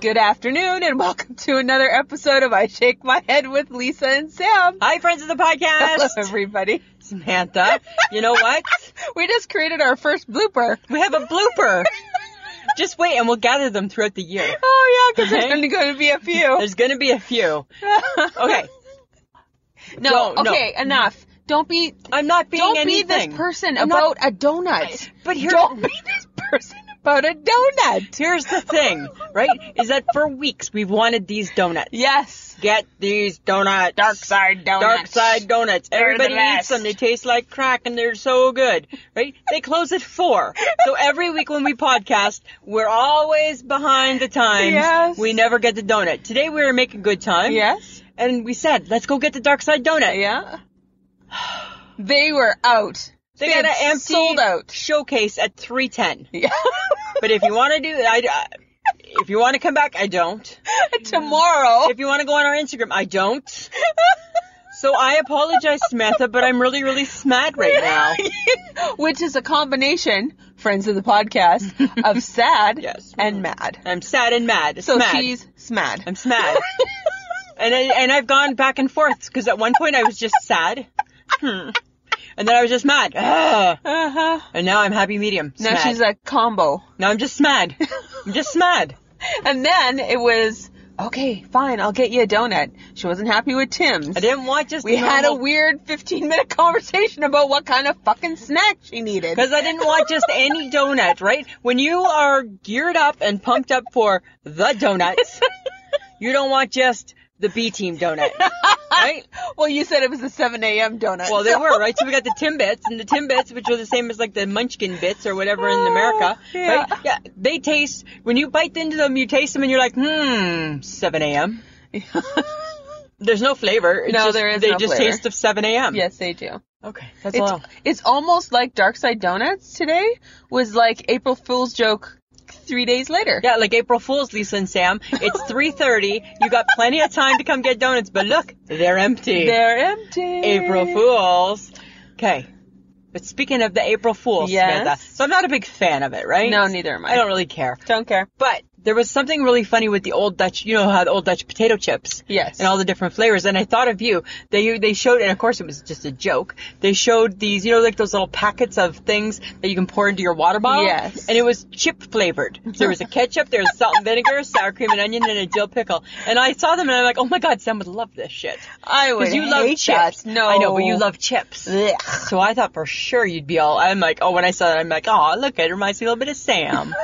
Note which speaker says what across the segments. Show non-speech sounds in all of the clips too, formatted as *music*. Speaker 1: Good afternoon, and *laughs* welcome to another episode of I Shake My Head with Lisa and Sam.
Speaker 2: Hi, friends of the podcast.
Speaker 1: Hello, everybody.
Speaker 2: Samantha. You know what?
Speaker 1: *laughs* We just created our first blooper.
Speaker 2: We have a blooper. Just wait, and we'll gather them throughout the year.
Speaker 1: *laughs* Oh yeah, because there's
Speaker 2: Right?
Speaker 1: only going to be a few.
Speaker 2: There's gonna be a few. *laughs* Okay,
Speaker 1: no,
Speaker 2: No, no.
Speaker 1: okay, enough. Don't be.
Speaker 2: I'm not being
Speaker 1: don't
Speaker 2: anything.
Speaker 1: be this person
Speaker 2: I'm not-
Speaker 1: about a donut.
Speaker 2: But here,
Speaker 1: Don't be this person about a donut.
Speaker 2: here's the thing, right? Is that for weeks we've wanted these donuts.
Speaker 1: Yes.
Speaker 2: Get these donuts.
Speaker 1: side donut.
Speaker 2: Dark side donuts.
Speaker 1: They're the
Speaker 2: Everybody eats
Speaker 1: best.
Speaker 2: them. They taste like crack and they're so good, right? They close at four. So every week when we podcast, we're always behind the times.
Speaker 1: Yes.
Speaker 2: We never get the donut. Today we were making good time.
Speaker 1: Yes.
Speaker 2: And we said, let's go get the dark side donut. *sighs*
Speaker 1: Yeah. They were out.
Speaker 2: They, got an
Speaker 1: had
Speaker 2: empty
Speaker 1: sold out. *laughs*
Speaker 2: showcase at 310. *laughs*
Speaker 1: Yeah.
Speaker 2: But if you want to do, I, I- if you want to come back, I don't.
Speaker 1: Tomorrow.
Speaker 2: If you want to go on our Instagram, I don't. So I apologize, Samantha, but I'm really, really smad right now.
Speaker 1: *laughs* Which is a combination, friends of the
Speaker 2: *laughs*
Speaker 1: podcast, of sad
Speaker 2: Yes.
Speaker 1: and mad.
Speaker 2: I'm sad and mad.
Speaker 1: So
Speaker 2: smad.
Speaker 1: she's smad. *laughs*
Speaker 2: I'm smad. and I, and I've gone back and forth because at one point I was just sad, hmm. and then I was just mad, Ugh.
Speaker 1: Uh-huh.
Speaker 2: and now I'm happy medium.
Speaker 1: Now
Speaker 2: Smad.
Speaker 1: she's a
Speaker 2: *laughs*
Speaker 1: combo.
Speaker 2: now I'm just smad. I'm just smad.
Speaker 1: And then it was, okay, fine, I'll get you a donut. She wasn't happy with Tim's.
Speaker 2: I didn't want just
Speaker 1: We had a
Speaker 2: normal-
Speaker 1: weird 15 minute conversation about what kind of fucking snack she needed.
Speaker 2: Because I didn't want just any donut, right? When you are geared up and pumped up for the donuts, you don't want just the B team donut,
Speaker 1: *laughs*
Speaker 2: right?
Speaker 1: Well, you said it was a 7 a.m. donut.
Speaker 2: Well, they were, right? So we got the Timbits and the Timbits, which are the same as like the Munchkin bits or whatever in America,
Speaker 1: Oh, Yeah.
Speaker 2: right? Yeah, they taste, when you bite into them, you taste them and you're like, hmm, 7 a.m. There's no flavor. It's
Speaker 1: No,
Speaker 2: just-
Speaker 1: there is
Speaker 2: They
Speaker 1: no
Speaker 2: just
Speaker 1: flavor.
Speaker 2: taste of 7
Speaker 1: *laughs*
Speaker 2: a.m.
Speaker 1: yes, they do.
Speaker 2: Okay. That's
Speaker 1: It's,
Speaker 2: all.
Speaker 1: it's almost like Dark Side Donuts today was like April Fool's joke three days later.
Speaker 2: Yeah, like April Fools, Lisa and Sam.
Speaker 1: *laughs*
Speaker 2: It's 3.30. You got plenty of time to come get donuts, but look, they're empty.
Speaker 1: They're empty.
Speaker 2: April Fools. Okay. But speaking of the April Fools,
Speaker 1: Yes.
Speaker 2: Samantha, so I'm not a big fan of it, right?
Speaker 1: No, neither am I.
Speaker 2: I don't really care.
Speaker 1: Don't care.
Speaker 2: But there was something really funny with the old Dutch, you know how the old Dutch potato chips
Speaker 1: Yes.
Speaker 2: and all the different flavors. And I thought of you. They they showed, and of course it was just a joke. They showed these, you know, like those little packets of things that you can pour into your water bottle.
Speaker 1: Yes.
Speaker 2: And it was chip flavored. So there was a ketchup, there was salt and vinegar, *laughs* sour cream and onion, and a dill pickle. And I saw them, and I'm like, oh my god, Sam would love this shit
Speaker 1: I would
Speaker 2: you love
Speaker 1: hate
Speaker 2: chips.
Speaker 1: that. No.
Speaker 2: I know, but you love chips.
Speaker 1: Blech.
Speaker 2: So I thought for sure you'd be all. I'm like, oh, when I saw that, I'm like, oh, look, it reminds me a little bit
Speaker 1: *laughs*
Speaker 2: of Sam,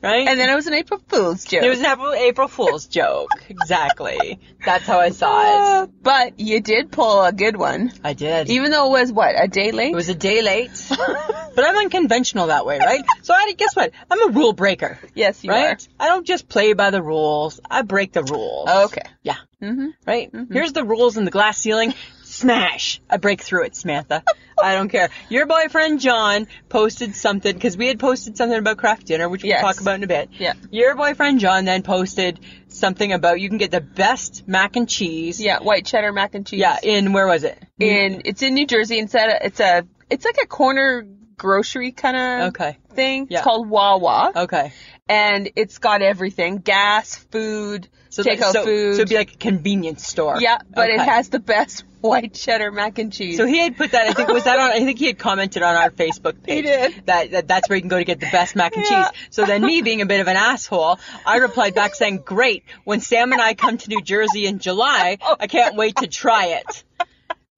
Speaker 2: right?
Speaker 1: And then it was an April Fool's joke.
Speaker 2: It was an April, April Fool's joke. Exactly. That's how I saw it.
Speaker 1: Uh, but you did pull a good one,
Speaker 2: I did.
Speaker 1: even though it was what a day late.
Speaker 2: it was a day late. but I'm unconventional that way, right? So I guess what? I'm a rule breaker,
Speaker 1: yes, you
Speaker 2: right? I don't just play by the rules. I break the rules.
Speaker 1: are. Okay.
Speaker 2: Yeah.
Speaker 1: hmm
Speaker 2: Right? Here's the rules in the glass ceiling. Smash! I break through it, Samantha. I don't care. Your boyfriend John posted something because we had posted something about craft dinner, which we'll
Speaker 1: Yes.
Speaker 2: talk about in a bit.
Speaker 1: Yeah.
Speaker 2: Your boyfriend John then posted something about you can get the best mac and cheese.
Speaker 1: Yeah. White cheddar mac and cheese.
Speaker 2: Yeah. In where was it?
Speaker 1: In it's in New Jersey. It's at a, it's a it's like a corner grocery kind of
Speaker 2: Okay.
Speaker 1: thing.
Speaker 2: Yeah.
Speaker 1: It's called Wawa,
Speaker 2: Okay.
Speaker 1: and it's got everything: gas, food,
Speaker 2: like-
Speaker 1: takeout
Speaker 2: so,
Speaker 1: food.
Speaker 2: So it'd be like a convenience store.
Speaker 1: yeah, but it
Speaker 2: Okay.
Speaker 1: has the best *laughs* white cheddar mac and cheese.
Speaker 2: So he had put that. I think was that on. I think he had commented on
Speaker 1: *laughs*
Speaker 2: our Facebook page.
Speaker 1: did.
Speaker 2: That, that that's where you can go to get the best mac and
Speaker 1: Yeah.
Speaker 2: cheese. So then
Speaker 1: *laughs*
Speaker 2: me being a bit of an asshole, I replied back saying, "Great. When Sam and I come to New Jersey in July, I can't wait to try it."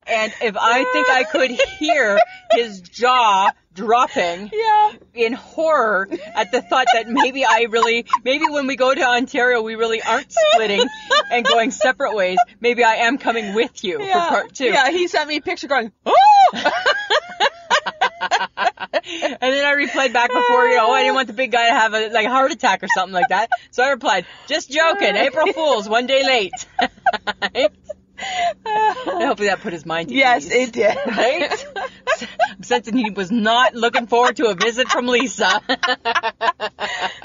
Speaker 2: And if I think I could hear his jaw dropping
Speaker 1: yeah.
Speaker 2: in horror at the thought that maybe I really, maybe when we go to Ontario, we really aren't splitting and going separate ways. Maybe I am coming with you for part two.
Speaker 1: Yeah, he sent me a picture going, oh,
Speaker 2: *laughs* and then I replied back before, you know, "Oh, I didn't want the big guy to have a like a heart attack or something like that. So I replied, just joking, April Fools, one day late. *laughs* and hopefully that put his mind
Speaker 1: *laughs*
Speaker 2: at
Speaker 1: yes,
Speaker 2: ease.
Speaker 1: it did. *laughs*
Speaker 2: Right? I'm sensing he was not looking forward to a visit from Lisa, *laughs*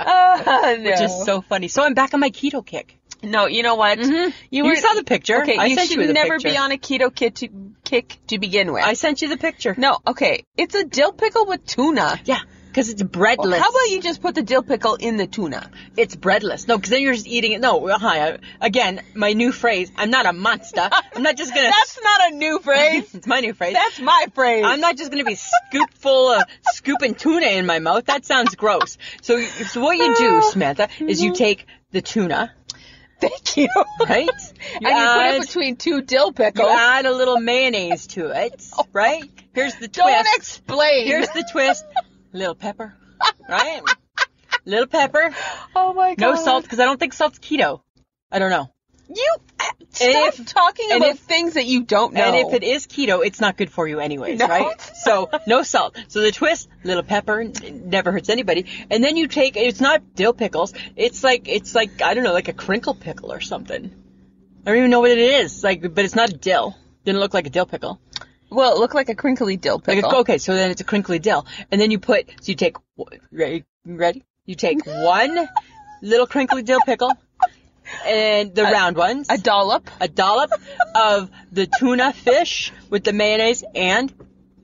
Speaker 1: Oh, no.
Speaker 2: which is so funny. So I'm back on my keto kick.
Speaker 1: no, Mm-hmm. you know what?
Speaker 2: Mm-hmm. You,
Speaker 1: were-
Speaker 2: saw the picture.
Speaker 1: Okay,
Speaker 2: I
Speaker 1: you
Speaker 2: sent
Speaker 1: should
Speaker 2: you the
Speaker 1: never
Speaker 2: picture.
Speaker 1: be on a keto kick to, kick to begin with.
Speaker 2: I sent you the picture.
Speaker 1: no, okay, it's a dill pickle with tuna.
Speaker 2: Yeah. because it's breadless.
Speaker 1: How about you just put the dill pickle in the tuna?
Speaker 2: It's breadless. No, because then you're just eating it. No, well, hi. I, again, my new phrase. I'm not a monster. I'm not *laughs* just gonna.
Speaker 1: That's not a new
Speaker 2: *laughs*
Speaker 1: phrase.
Speaker 2: it's my new phrase.
Speaker 1: That's my phrase.
Speaker 2: I'm not just gonna be scooped full of scooping tuna in my mouth. That sounds gross. So, so what you do, Samantha, is you take the tuna,
Speaker 1: Thank you. *laughs*
Speaker 2: right? *laughs*
Speaker 1: and you put it between two dill
Speaker 2: you
Speaker 1: pickles.
Speaker 2: add a little mayonnaise to *laughs* it, right? Here's the
Speaker 1: Don't
Speaker 2: twist.
Speaker 1: explain.
Speaker 2: Here's the twist. Little pepper, right? Little pepper.
Speaker 1: *laughs* oh my god.
Speaker 2: No salt because I don't think salt's keto. I don't know.
Speaker 1: You uh, stop
Speaker 2: if-
Speaker 1: talking
Speaker 2: and
Speaker 1: about
Speaker 2: if-
Speaker 1: things that you don't know.
Speaker 2: And if it is keto, it's not good for you anyways,
Speaker 1: No.
Speaker 2: right? So no salt. So the twist, little pepper, n- never hurts anybody. And then you take it's not dill pickles. It's like it's like I don't know, like a crinkle pickle or something. I don't even know what it is. Like, but it's not dill. Didn't look like a dill pickle.
Speaker 1: well, it looked like a crinkly dill
Speaker 2: Like
Speaker 1: pickle.
Speaker 2: a, okay, so then it's a crinkly dill, and then you put so you take w- ready ready you
Speaker 1: *laughs*
Speaker 2: take one little crinkly dill pickle and the round ones
Speaker 1: a dollop.
Speaker 2: a dollop of the tuna fish with the mayonnaise and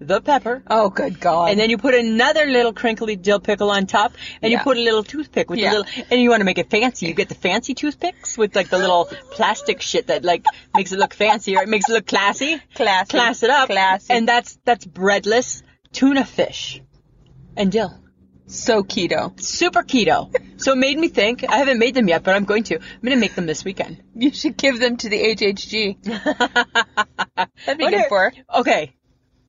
Speaker 2: the pepper.
Speaker 1: Oh, good God.
Speaker 2: And then you put another little crinkly dill pickle on top, and
Speaker 1: Yeah.
Speaker 2: you put a little toothpick with
Speaker 1: Yeah.
Speaker 2: the little. And you want to make it fancy. You get the fancy toothpicks with like the little plastic shit that like makes it look fancy or it makes it look classy.
Speaker 1: Classy.
Speaker 2: Class it up.
Speaker 1: Classy.
Speaker 2: And that's that's breadless tuna fish, and dill.
Speaker 1: so keto. *laughs*
Speaker 2: Super keto. So it made me think. I haven't made them yet, but I'm going to. I'm going to make them this weekend.
Speaker 1: *laughs* You should give them to the HHG. That'd be good
Speaker 2: Wonder-
Speaker 1: for. her.
Speaker 2: Okay.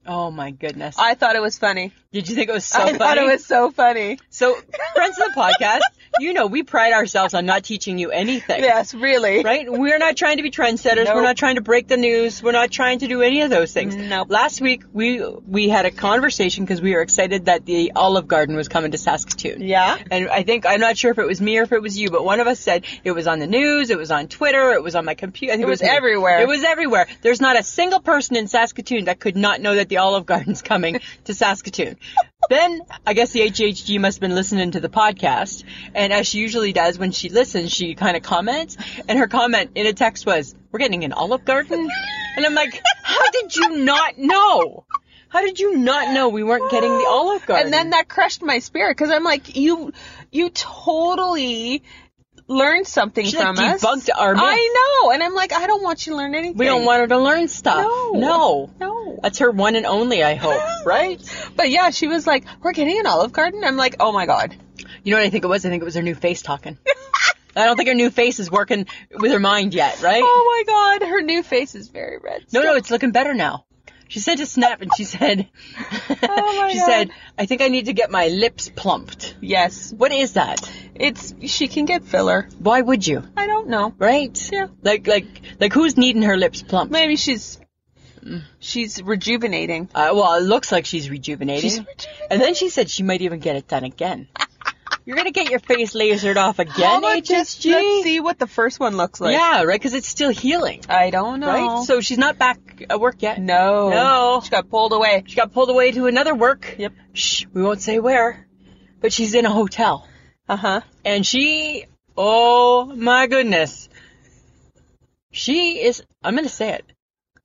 Speaker 2: Oh my goodness.
Speaker 1: I thought it was funny.
Speaker 2: Did you think it was so
Speaker 1: I
Speaker 2: funny?
Speaker 1: thought it was so funny.
Speaker 2: so friends of the podcast, you know we pride ourselves on not teaching you anything.
Speaker 1: Yes, really.
Speaker 2: *laughs* Right? We're not trying to be trendsetters.
Speaker 1: Nope.
Speaker 2: We're not trying to break the news. We're not trying to do any of those things.
Speaker 1: Nope.
Speaker 2: Last week we we had a conversation because we were excited that the Olive Garden was coming to Saskatoon.
Speaker 1: Yeah.
Speaker 2: And I think I'm not sure if it was me or if it was you, but one of us said it was on the news, it was on Twitter, it was on my computer. I think
Speaker 1: It was
Speaker 2: me.
Speaker 1: everywhere.
Speaker 2: It was everywhere. There's not a single person in Saskatoon that could not know that the Olive Garden's coming
Speaker 1: *laughs*
Speaker 2: to Saskatoon. then I guess the HHG must have been listening to the podcast, and as she usually does when she listens, she kind of comments, and her comment in a text was, "We're getting an Olive Garden," and I'm like, "How did you not know?" How did you not know we weren't getting the Olive Garden?
Speaker 1: And then that crushed my spirit because I'm like, you, you totally learned something
Speaker 2: She,
Speaker 1: from
Speaker 2: like,
Speaker 1: us.
Speaker 2: debunked our myth.
Speaker 1: I know, and I'm like, I don't want you to learn anything.
Speaker 2: We don't want her to learn stuff.
Speaker 1: No.
Speaker 2: No.
Speaker 1: No.
Speaker 2: That's her one and only, I hope, right?
Speaker 1: But yeah, she was like, "We're getting an Olive Garden." I'm like, "Oh my god." *laughs*
Speaker 2: You know what I think it was? I think it was her new face talking. I don't think her new face is working with her mind yet, right?
Speaker 1: Oh my god, her new face is very red.
Speaker 2: No, no, it's looking better now. She sent a snap and
Speaker 1: *laughs*
Speaker 2: she said,
Speaker 1: Oh my
Speaker 2: *laughs* she
Speaker 1: God.
Speaker 2: said, I think I need to get my lips plumped.
Speaker 1: Yes,
Speaker 2: What is that?
Speaker 1: it's she can get filler.
Speaker 2: Why would you?
Speaker 1: I don't know.
Speaker 2: Right?
Speaker 1: Yeah.
Speaker 2: Like, like, like who's needing her lips plumped?
Speaker 1: Maybe she's
Speaker 2: Mm.
Speaker 1: she's rejuvenating.
Speaker 2: Uh, well, it looks like she's rejuvenating.
Speaker 1: She's rejuvenating.
Speaker 2: And then she said she might even get it done
Speaker 1: *laughs*
Speaker 2: again. You're gonna get your face lasered off
Speaker 1: How
Speaker 2: again,
Speaker 1: about
Speaker 2: HSG?
Speaker 1: just let's see what the first one looks like.
Speaker 2: yeah, right, because it's still healing,
Speaker 1: I don't know.
Speaker 2: right? So she's not back at work yet.
Speaker 1: no,
Speaker 2: No.
Speaker 1: she got pulled away.
Speaker 2: She got pulled away to another work.
Speaker 1: Yep.
Speaker 2: Shh, we won't say where, but she's in a hotel.
Speaker 1: Uh huh.
Speaker 2: And she, oh my goodness. She is, I'm gonna say it.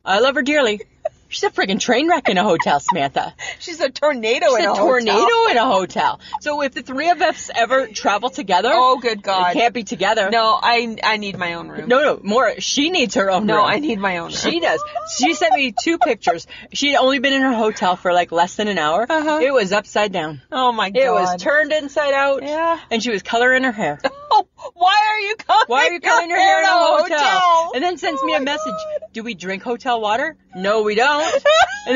Speaker 2: I love her dearly. She's a friggin' train wreck in a hotel, Samantha.
Speaker 1: She's a tornado Oh,
Speaker 2: It's
Speaker 1: in
Speaker 2: a,
Speaker 1: a,
Speaker 2: tornado
Speaker 1: hotel.
Speaker 2: in a hotel. So if the three of us ever travel together,
Speaker 1: Oh, good
Speaker 2: they
Speaker 1: god.
Speaker 2: can't be together.
Speaker 1: No, I I need my own room.
Speaker 2: no, no, more. She needs her own
Speaker 1: no,
Speaker 2: room.
Speaker 1: I need my own room.
Speaker 2: She does. She sent me two pictures. She'd only been in her hotel for like less than an hour.
Speaker 1: Uh-huh.
Speaker 2: It was upside down.
Speaker 1: oh my god.
Speaker 2: It was turned inside out.
Speaker 1: Yeah.
Speaker 2: And she was coloring her hair.
Speaker 1: Oh, why are you coloring?
Speaker 2: Why
Speaker 1: *laughs*
Speaker 2: are you coloring your
Speaker 1: your
Speaker 2: hair in a hotel?
Speaker 1: hotel?
Speaker 2: And then sends
Speaker 1: Oh
Speaker 2: me a
Speaker 1: my
Speaker 2: message. Do we drink hotel water? No, we don't. and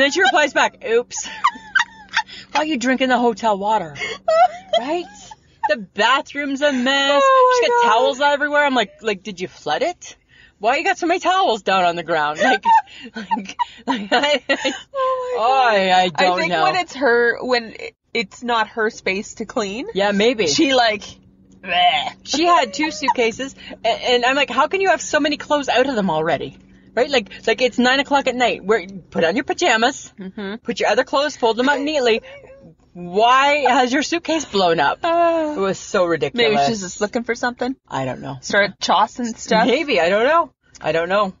Speaker 1: *laughs*
Speaker 2: then she replies back, "Oops." Why are you drinking the hotel water? Right? The bathroom's a mess.
Speaker 1: Oh my
Speaker 2: She's got
Speaker 1: God.
Speaker 2: towels everywhere. I'm like, like, did you flood it? Why you got so many towels down on the ground? Like, *laughs* like, like I,
Speaker 1: Oh, my
Speaker 2: oh,
Speaker 1: God.
Speaker 2: I, I don't
Speaker 1: I think
Speaker 2: know.
Speaker 1: when it's her, when it- it's not her space to clean,
Speaker 2: yeah, maybe.
Speaker 1: she like, bleh.
Speaker 2: she had two suitcases, and, and I'm like, how can you have so many clothes out of them already? Right? Like, like it's nine o'clock at night. Where put on your pajamas, put your other clothes, fold them up neatly. Why has your suitcase blown up? It was so ridiculous.
Speaker 1: uh, maybe she's just looking for something.
Speaker 2: I don't know.
Speaker 1: Start
Speaker 2: *laughs*
Speaker 1: tossing stuff.
Speaker 2: Maybe I don't know. I don't know.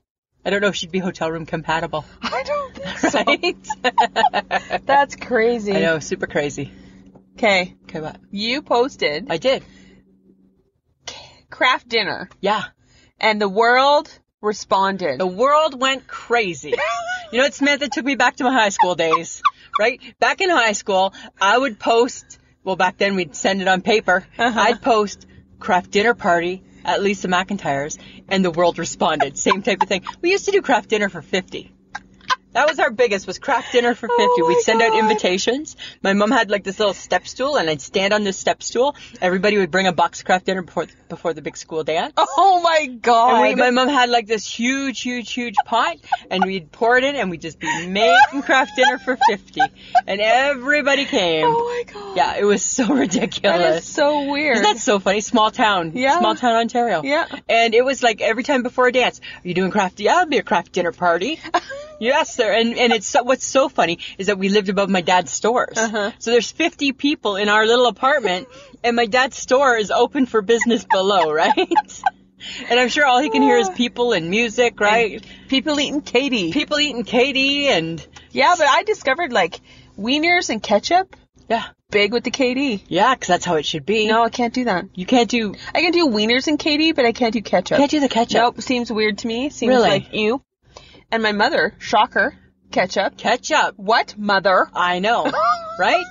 Speaker 2: I don't know if she'd be hotel room compatible. *laughs*
Speaker 1: I don't think so.
Speaker 2: Right?
Speaker 1: That's crazy.
Speaker 2: I know, super crazy.
Speaker 1: Okay.
Speaker 2: Okay, what?
Speaker 1: You posted
Speaker 2: I did.
Speaker 1: craft dinner
Speaker 2: Yeah.
Speaker 1: and the world responded.
Speaker 2: The world went crazy. You know what, Samantha took me back to my high school days, right? Back in high school, I would post, well, back then we'd send it on paper.
Speaker 1: Uh-huh.
Speaker 2: I'd post craft dinner party at Lisa McIntyre's, and the world responded. Same type of thing. We used to do craft dinner for 50. That was our biggest, was craft dinner for 50.
Speaker 1: my
Speaker 2: We'd send out
Speaker 1: God.
Speaker 2: invitations. My mom had like this little step stool, and I'd stand on this step stool. Everybody would bring a box of craft dinner before, before the big school dance.
Speaker 1: *laughs* Oh my
Speaker 2: And
Speaker 1: god.
Speaker 2: we, my mom had like this huge, huge, huge pot, and we'd pour it in, and we'd just be making craft dinner for 50. And everybody came.
Speaker 1: oh my god.
Speaker 2: Yeah, it was so
Speaker 1: That is
Speaker 2: ridiculous.
Speaker 1: so weird.
Speaker 2: Isn't that so funny? Small town.
Speaker 1: Yeah.
Speaker 2: Small town, Ontario.
Speaker 1: Yeah.
Speaker 2: And it was like every time before a dance, are you doing craft? Yeah, it'll be a craft dinner party. yes, sir. And, and it's so, what's so funny is that we lived above my dad's stores.
Speaker 1: Uh-huh.
Speaker 2: So there's 50 people in our little apartment, and my dad's store is open for business below, *laughs* right? And I'm sure all he can hear is people and music, right?
Speaker 1: *laughs* People eating Katie.
Speaker 2: people eating Katie and
Speaker 1: yeah, but I discovered like wieners and ketchup
Speaker 2: yeah,
Speaker 1: big with the KD.
Speaker 2: yeah, 'cause that's how it should be.
Speaker 1: No, I can't do that.
Speaker 2: you can't do
Speaker 1: I can do wieners and KD, but I can't do ketchup.
Speaker 2: can't do the ketchup.
Speaker 1: Nope, seems weird to me. Seems
Speaker 2: Really?
Speaker 1: like you. And my mother, shocker, ketchup.
Speaker 2: Ketchup.
Speaker 1: What mother?
Speaker 2: I know, *laughs* right?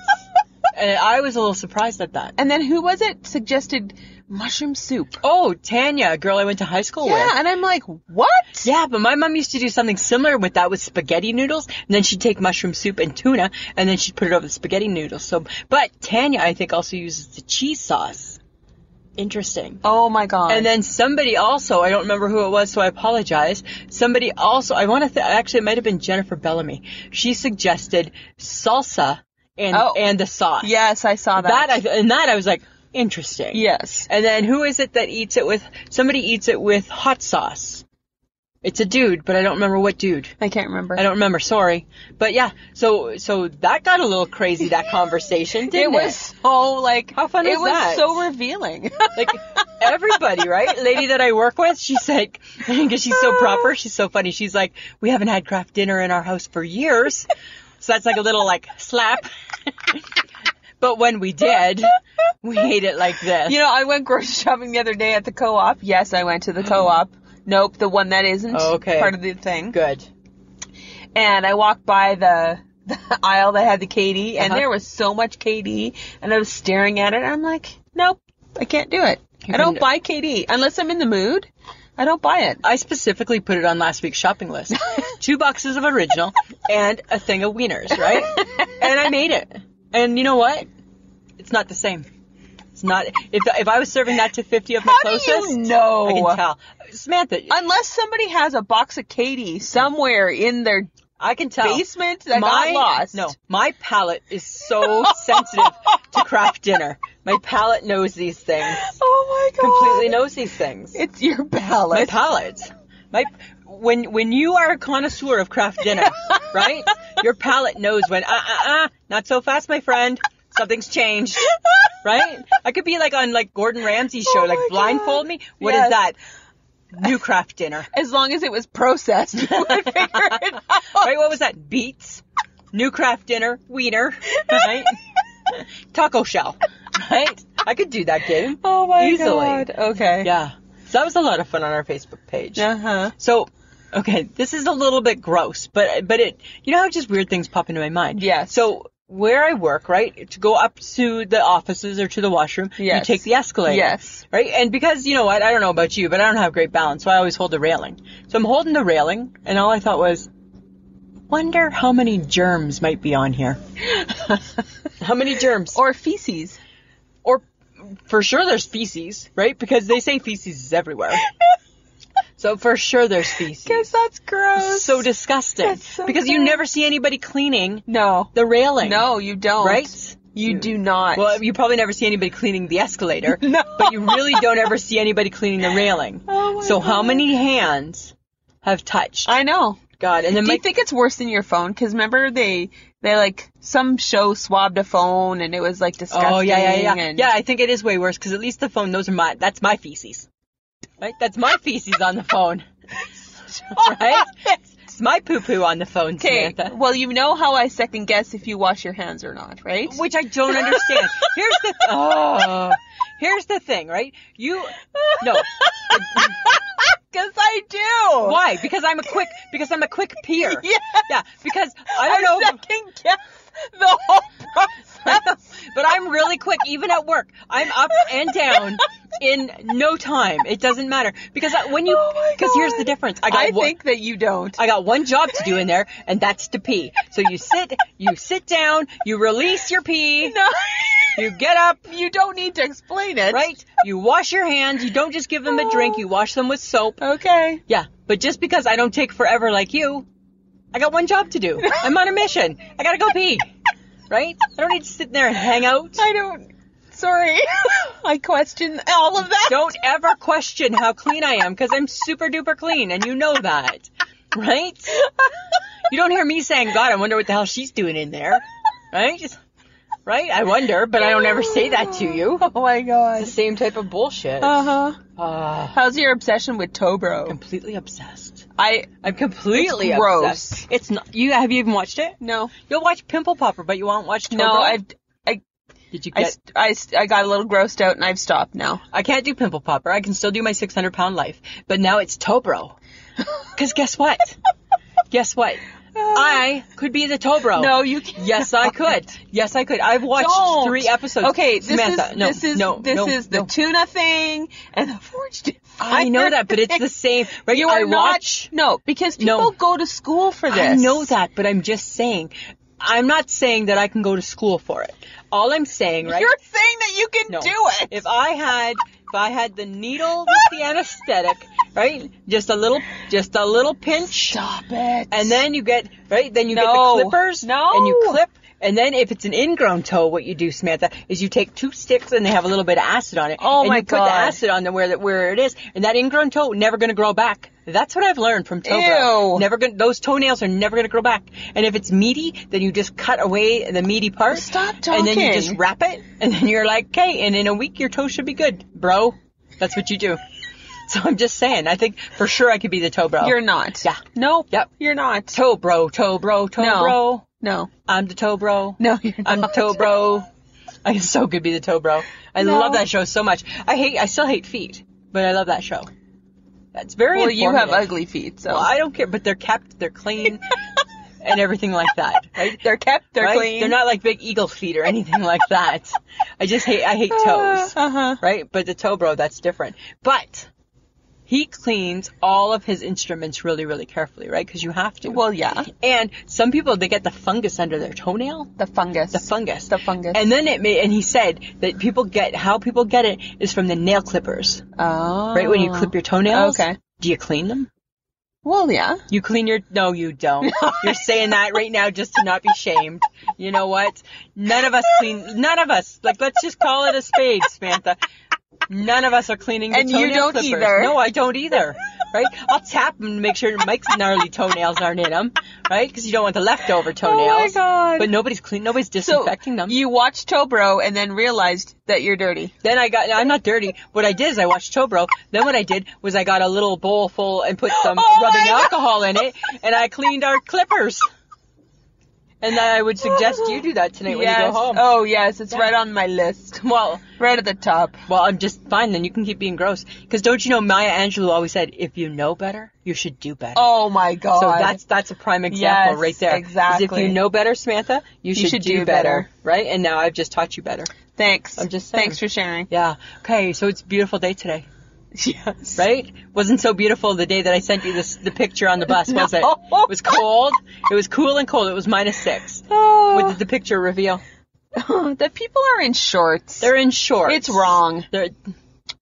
Speaker 2: and I was a little surprised at that.
Speaker 1: *laughs* And then who was it suggested mushroom soup?
Speaker 2: Oh, Tanya, a girl I went to high school
Speaker 1: Yeah,
Speaker 2: with.
Speaker 1: and I'm like, what?
Speaker 2: Yeah, but my mom used to do something similar with that with spaghetti noodles, and then she'd take mushroom soup and tuna, and then she'd put it over the spaghetti noodles. So, but Tanya, I think, also uses the cheese sauce. Interesting.
Speaker 1: Oh my god.
Speaker 2: And then somebody also, I don't remember who it was, so I apologize. Somebody also, I want to, th- actually, it might have been Jennifer Bellamy. She suggested salsa and
Speaker 1: Oh.
Speaker 2: and the sauce.
Speaker 1: yes, I saw that.
Speaker 2: that I, and that I was like, interesting.
Speaker 1: yes.
Speaker 2: And then who is it that eats it with? Somebody eats it with hot sauce. It's a dude, but I don't remember what dude.
Speaker 1: I can't remember.
Speaker 2: I don't remember. Sorry, but yeah. So so that got a little crazy. That
Speaker 1: *laughs*
Speaker 2: conversation
Speaker 1: it
Speaker 2: didn't it?
Speaker 1: was so like
Speaker 2: How fun
Speaker 1: it
Speaker 2: was that?
Speaker 1: so revealing. *laughs*
Speaker 2: like everybody, right? Lady that I work with, she's like, *laughs* because she's so proper, she's so funny. She's like, we haven't had craft dinner in our house for years, so that's like a little like slap. *laughs* but when we did, we ate it like this.
Speaker 1: you know, I went grocery shopping the other day at the co-op. Yes, I went to the co-op. Nope, the one that isn't
Speaker 2: Oh, Okay.
Speaker 1: part of the thing.
Speaker 2: good.
Speaker 1: And I walked by the, *laughs* the aisle that had the KD, and
Speaker 2: Uh-huh.
Speaker 1: there was so much KD, and I was staring at it. And I'm like, nope, I can't do it.
Speaker 2: You
Speaker 1: I don't
Speaker 2: couldn't-
Speaker 1: buy KD unless I'm in the mood. I don't buy it.
Speaker 2: I specifically put it on last week's shopping list: two boxes of original and a thing of wieners, *laughs* right? and I made it. And you know what? It's not the same. It's not. If if I was serving that to fifty of my
Speaker 1: How
Speaker 2: closest,
Speaker 1: do you know?
Speaker 2: I can tell. Samantha,
Speaker 1: Unless somebody has a box of Katie somewhere in their
Speaker 2: I can tell.
Speaker 1: basement that
Speaker 2: my,
Speaker 1: got lost.
Speaker 2: Oh. No, my palate is so
Speaker 1: *laughs*
Speaker 2: sensitive to craft dinner. My palate knows these things.
Speaker 1: *laughs* Oh my god.
Speaker 2: Completely knows these things.
Speaker 1: It's your
Speaker 2: my
Speaker 1: palate.
Speaker 2: palate. My when when you are a connoisseur of craft
Speaker 1: *laughs*
Speaker 2: dinner, right? Your palate knows when uh uh uh not so fast, my friend. Something's changed,
Speaker 1: *laughs*
Speaker 2: right? I could be like on like Gordon Ramsay's show,
Speaker 1: Oh
Speaker 2: like
Speaker 1: my
Speaker 2: blindfold
Speaker 1: God.
Speaker 2: me. What is
Speaker 1: Yes.
Speaker 2: that? New craft
Speaker 1: *laughs*
Speaker 2: dinner.
Speaker 1: As long as it was processed, *laughs* you would figure it out.
Speaker 2: right? What was that? Beets, new craft dinner, wiener, right? Taco shell, right? I could do that game.
Speaker 1: *laughs* Oh my
Speaker 2: Easily.
Speaker 1: god. Okay.
Speaker 2: Yeah. So that was a lot of fun on our Facebook page.
Speaker 1: Uh-huh.
Speaker 2: So, okay, this is a little bit gross, but but it you know how just weird things pop into my mind.
Speaker 1: Yes.
Speaker 2: So where I work, right, to go up to the offices or to the washroom,
Speaker 1: Yes.
Speaker 2: you take the escalator. *laughs*
Speaker 1: Yes.
Speaker 2: Right? And because you know what, I don't know about you, but I don't have great balance, so I always hold the railing. So I'm holding the railing and all I thought was wonder how many germs might be on here. How many germs?
Speaker 1: or feces.
Speaker 2: or for sure there's feces, right? Because they say feces is everywhere. so for sure there's feces.
Speaker 1: Guess that's gross.
Speaker 2: so disgusting.
Speaker 1: That's so
Speaker 2: because you
Speaker 1: gross.
Speaker 2: never see anybody cleaning
Speaker 1: no.
Speaker 2: the railing.
Speaker 1: No, you don't.
Speaker 2: Right?
Speaker 1: You do not.
Speaker 2: Well, you probably never see anybody cleaning the escalator.
Speaker 1: *laughs* No.
Speaker 2: But you really don't ever see anybody cleaning the railing.
Speaker 1: *laughs* Oh my
Speaker 2: so how
Speaker 1: God.
Speaker 2: many hands have touched?
Speaker 1: I know.
Speaker 2: God. And then
Speaker 1: Do
Speaker 2: my
Speaker 1: you think it's worse than your phone? Because remember they they like some show swabbed a phone and it was like disgusting.
Speaker 2: Oh yeah, yeah, yeah.
Speaker 1: And
Speaker 2: Yeah, I think it is way worse because at least the phone, those are my, that's my
Speaker 1: *laughs*
Speaker 2: feces, right? That's my feces on the phone, right? guessed my poo poo on the phone,
Speaker 1: Okay.
Speaker 2: Samantha.
Speaker 1: Well, you know how I second guess if you wash your hands or not, right?
Speaker 2: Which I don't understand. Here's the oh, here's the thing, right? You no,
Speaker 1: Because I do.
Speaker 2: why? Because I'm a quick because I'm a quick peer.
Speaker 1: *laughs* Yeah.
Speaker 2: Yeah, because I
Speaker 1: I
Speaker 2: don't know.
Speaker 1: second guess the whole process.
Speaker 2: *laughs* but I'm really quick, even at work. I'm up and down in no time. It doesn't matter because I- when you,
Speaker 1: Oh my
Speaker 2: because here's
Speaker 1: God.
Speaker 2: the difference. I got
Speaker 1: I
Speaker 2: one,
Speaker 1: think that you don't.
Speaker 2: I got one job to do in there, and that's to pee. So you sit, you sit down, you release
Speaker 1: *laughs*
Speaker 2: your pee,
Speaker 1: No.
Speaker 2: you get up,
Speaker 1: You don't need to explain it.
Speaker 2: right? You wash your hands. You don't just give them a drink. You wash them with soap.
Speaker 1: Okay.
Speaker 2: Yeah, but just because I don't take forever like you, I got one job to do. I'm on a mission. I gotta go pee. Right? I don't need to sit there and hang out.
Speaker 1: I don't. Sorry. *laughs* I question all of that. *laughs*
Speaker 2: Don't ever question how clean I am because I'm super duper clean and you know that. Right? You don't hear me saying, God, I wonder what the hell she's doing in there. Right? Just- right? I wonder, but I don't ever say that to you.
Speaker 1: *laughs* Oh my god.
Speaker 2: The same type of bullshit.
Speaker 1: Uh huh.
Speaker 2: Ah,
Speaker 1: How's your obsession with Tobro?
Speaker 2: completely obsessed.
Speaker 1: I
Speaker 2: I'm completely
Speaker 1: It's gross.
Speaker 2: obsessed. It's not. You have you even watched it?
Speaker 1: no
Speaker 2: You'll watch Pimple Popper, but you won't watch. Tobro?
Speaker 1: no I've I
Speaker 2: Did you
Speaker 1: I,
Speaker 2: get?
Speaker 1: st- I st- I got a little grossed out and I've stopped now.
Speaker 2: I can't do Pimple Popper. I can still do my 600 pound life, but now
Speaker 1: *laughs*
Speaker 2: it's Tobro. Cause guess what? guess what? I could be the Tobro.
Speaker 1: No, you can't.
Speaker 2: Oh. Yes, I could. Yes, I could. I've watched
Speaker 1: Don't.
Speaker 2: three episodes.
Speaker 1: Okay, this
Speaker 2: Samantha,
Speaker 1: is
Speaker 2: no,
Speaker 1: this is
Speaker 2: no,
Speaker 1: this
Speaker 2: no,
Speaker 1: is the
Speaker 2: no.
Speaker 1: tuna thing and the forged. in
Speaker 2: I know
Speaker 1: fire
Speaker 2: that, but
Speaker 1: *laughs*
Speaker 2: it's
Speaker 1: thing.
Speaker 2: the same. Right?
Speaker 1: You
Speaker 2: I
Speaker 1: are not-
Speaker 2: watch.
Speaker 1: no because
Speaker 2: No.
Speaker 1: people go to school for this.
Speaker 2: I know that, but I'm just saying. I'm not saying that I can go to school for it. All I'm saying, right?
Speaker 1: You're saying that you can
Speaker 2: No.
Speaker 1: do it.
Speaker 2: If I had, if I had
Speaker 1: *laughs*
Speaker 2: the needle with the anesthetic, right? Just a little, just a little pinch,
Speaker 1: Stop it.
Speaker 2: and then you get, right? Then you
Speaker 1: No.
Speaker 2: get the clippers,
Speaker 1: No.
Speaker 2: and you clip. And then if it's an ingrown toe, what you do, Samantha, is you take two sticks and they have a little bit of acid on it.
Speaker 1: Oh
Speaker 2: and
Speaker 1: my
Speaker 2: you put
Speaker 1: God.
Speaker 2: the acid on them where that where it is, and that ingrown toe never going to grow back. That's what I've learned from toe growth.
Speaker 1: Ew.
Speaker 2: Never going those toenails are never going to grow back. And if it's meaty, then you just cut away the meaty part.
Speaker 1: Stop
Speaker 2: And then you
Speaker 1: talking.
Speaker 2: just wrap it, and then you're like, okay, and in a week your toe should be good, bro. That's what you do. *laughs* So I'm just saying, I think for sure I could be the toe bro.
Speaker 1: you're not.
Speaker 2: Yeah.
Speaker 1: Nope.
Speaker 2: Yep.
Speaker 1: You're not.
Speaker 2: toe bro, toe bro, toe
Speaker 1: No.
Speaker 2: bro.
Speaker 1: No.
Speaker 2: I'm the toe bro.
Speaker 1: No. You're not.
Speaker 2: I'm the toe bro. I so could be the toe bro. I
Speaker 1: No.
Speaker 2: love that show so much. I hate, I still hate feet, but I love that show. That's
Speaker 1: *laughs*
Speaker 2: very
Speaker 1: Well, you have
Speaker 2: informative.
Speaker 1: ugly feet, so *laughs*
Speaker 2: Well, I don't care, but they're kept, they're clean, and everything like
Speaker 1: *laughs*
Speaker 2: that. Right?
Speaker 1: they're kept. They're
Speaker 2: Right?
Speaker 1: clean.
Speaker 2: They're not like big eagle feet or anything like that. I just hate I hate
Speaker 1: *laughs*
Speaker 2: toes.
Speaker 1: Uh huh.
Speaker 2: Right? But the toe bro, that's different. But he cleans all of his instruments really, really carefully, right? Because you have to.
Speaker 1: Well, yeah.
Speaker 2: and some people they get the fungus under their toenail.
Speaker 1: The fungus.
Speaker 2: The fungus.
Speaker 1: The fungus.
Speaker 2: And then it made, and he said that people get how people get it is from the nail clippers,
Speaker 1: oh.
Speaker 2: right? When you clip your toenails.
Speaker 1: Okay.
Speaker 2: Do you clean them?
Speaker 1: Well, yeah.
Speaker 2: You clean your no, you don't. You're saying that right now just to not be shamed. You know what? None of us clean. None of us. Like let's just call it a spade, Samantha. None of us are cleaning the
Speaker 1: And you
Speaker 2: toenail
Speaker 1: don't
Speaker 2: clippers.
Speaker 1: either.
Speaker 2: No, I don't either. Right? I'll tap 'em and make sure Mike's gnarly toenails aren't in them. Right? Because you don't want the leftover toenails.
Speaker 1: Oh my god.
Speaker 2: But nobody's clean. Nobody's
Speaker 1: so
Speaker 2: disinfecting them.
Speaker 1: you watched Tobro and then realized that you're dirty.
Speaker 2: Then I got, I'm not dirty. What I did is I watched Tobro. Then what I did was I got a little bowl full and put some
Speaker 1: Oh my
Speaker 2: rubbing
Speaker 1: God.
Speaker 2: alcohol in it and I cleaned our clippers. And then I would suggest you do that tonight when you
Speaker 1: Yes.
Speaker 2: go home.
Speaker 1: Oh yes, it's
Speaker 2: Yeah.
Speaker 1: right on my list.
Speaker 2: *laughs* Well,
Speaker 1: Right at the top.
Speaker 2: well, I'm just fine. Then you can keep being gross. Cause don't you know Maya Angelou always said, if you know better, you should do better.
Speaker 1: Oh my god.
Speaker 2: So that's that's a prime example
Speaker 1: Yes,
Speaker 2: right there. Is If
Speaker 1: exactly.
Speaker 2: you know better, Samantha, you should,
Speaker 1: should
Speaker 2: do,
Speaker 1: do
Speaker 2: better,
Speaker 1: better.
Speaker 2: right? And now I've just taught you better.
Speaker 1: thanks.
Speaker 2: I'm just saying.
Speaker 1: thanks for
Speaker 2: *laughs*
Speaker 1: sharing.
Speaker 2: Yeah. Okay. So it's a beautiful day today.
Speaker 1: Yes.
Speaker 2: right? Wasn't so beautiful the day that I sent you this, the picture on the bus, was it?
Speaker 1: No.
Speaker 2: It was cold. It was cool and cold. It was minus six. What
Speaker 1: Oh, *laughs*
Speaker 2: did the picture reveal?
Speaker 1: the people are in shorts.
Speaker 2: They're in shorts.
Speaker 1: it's wrong.
Speaker 2: They're,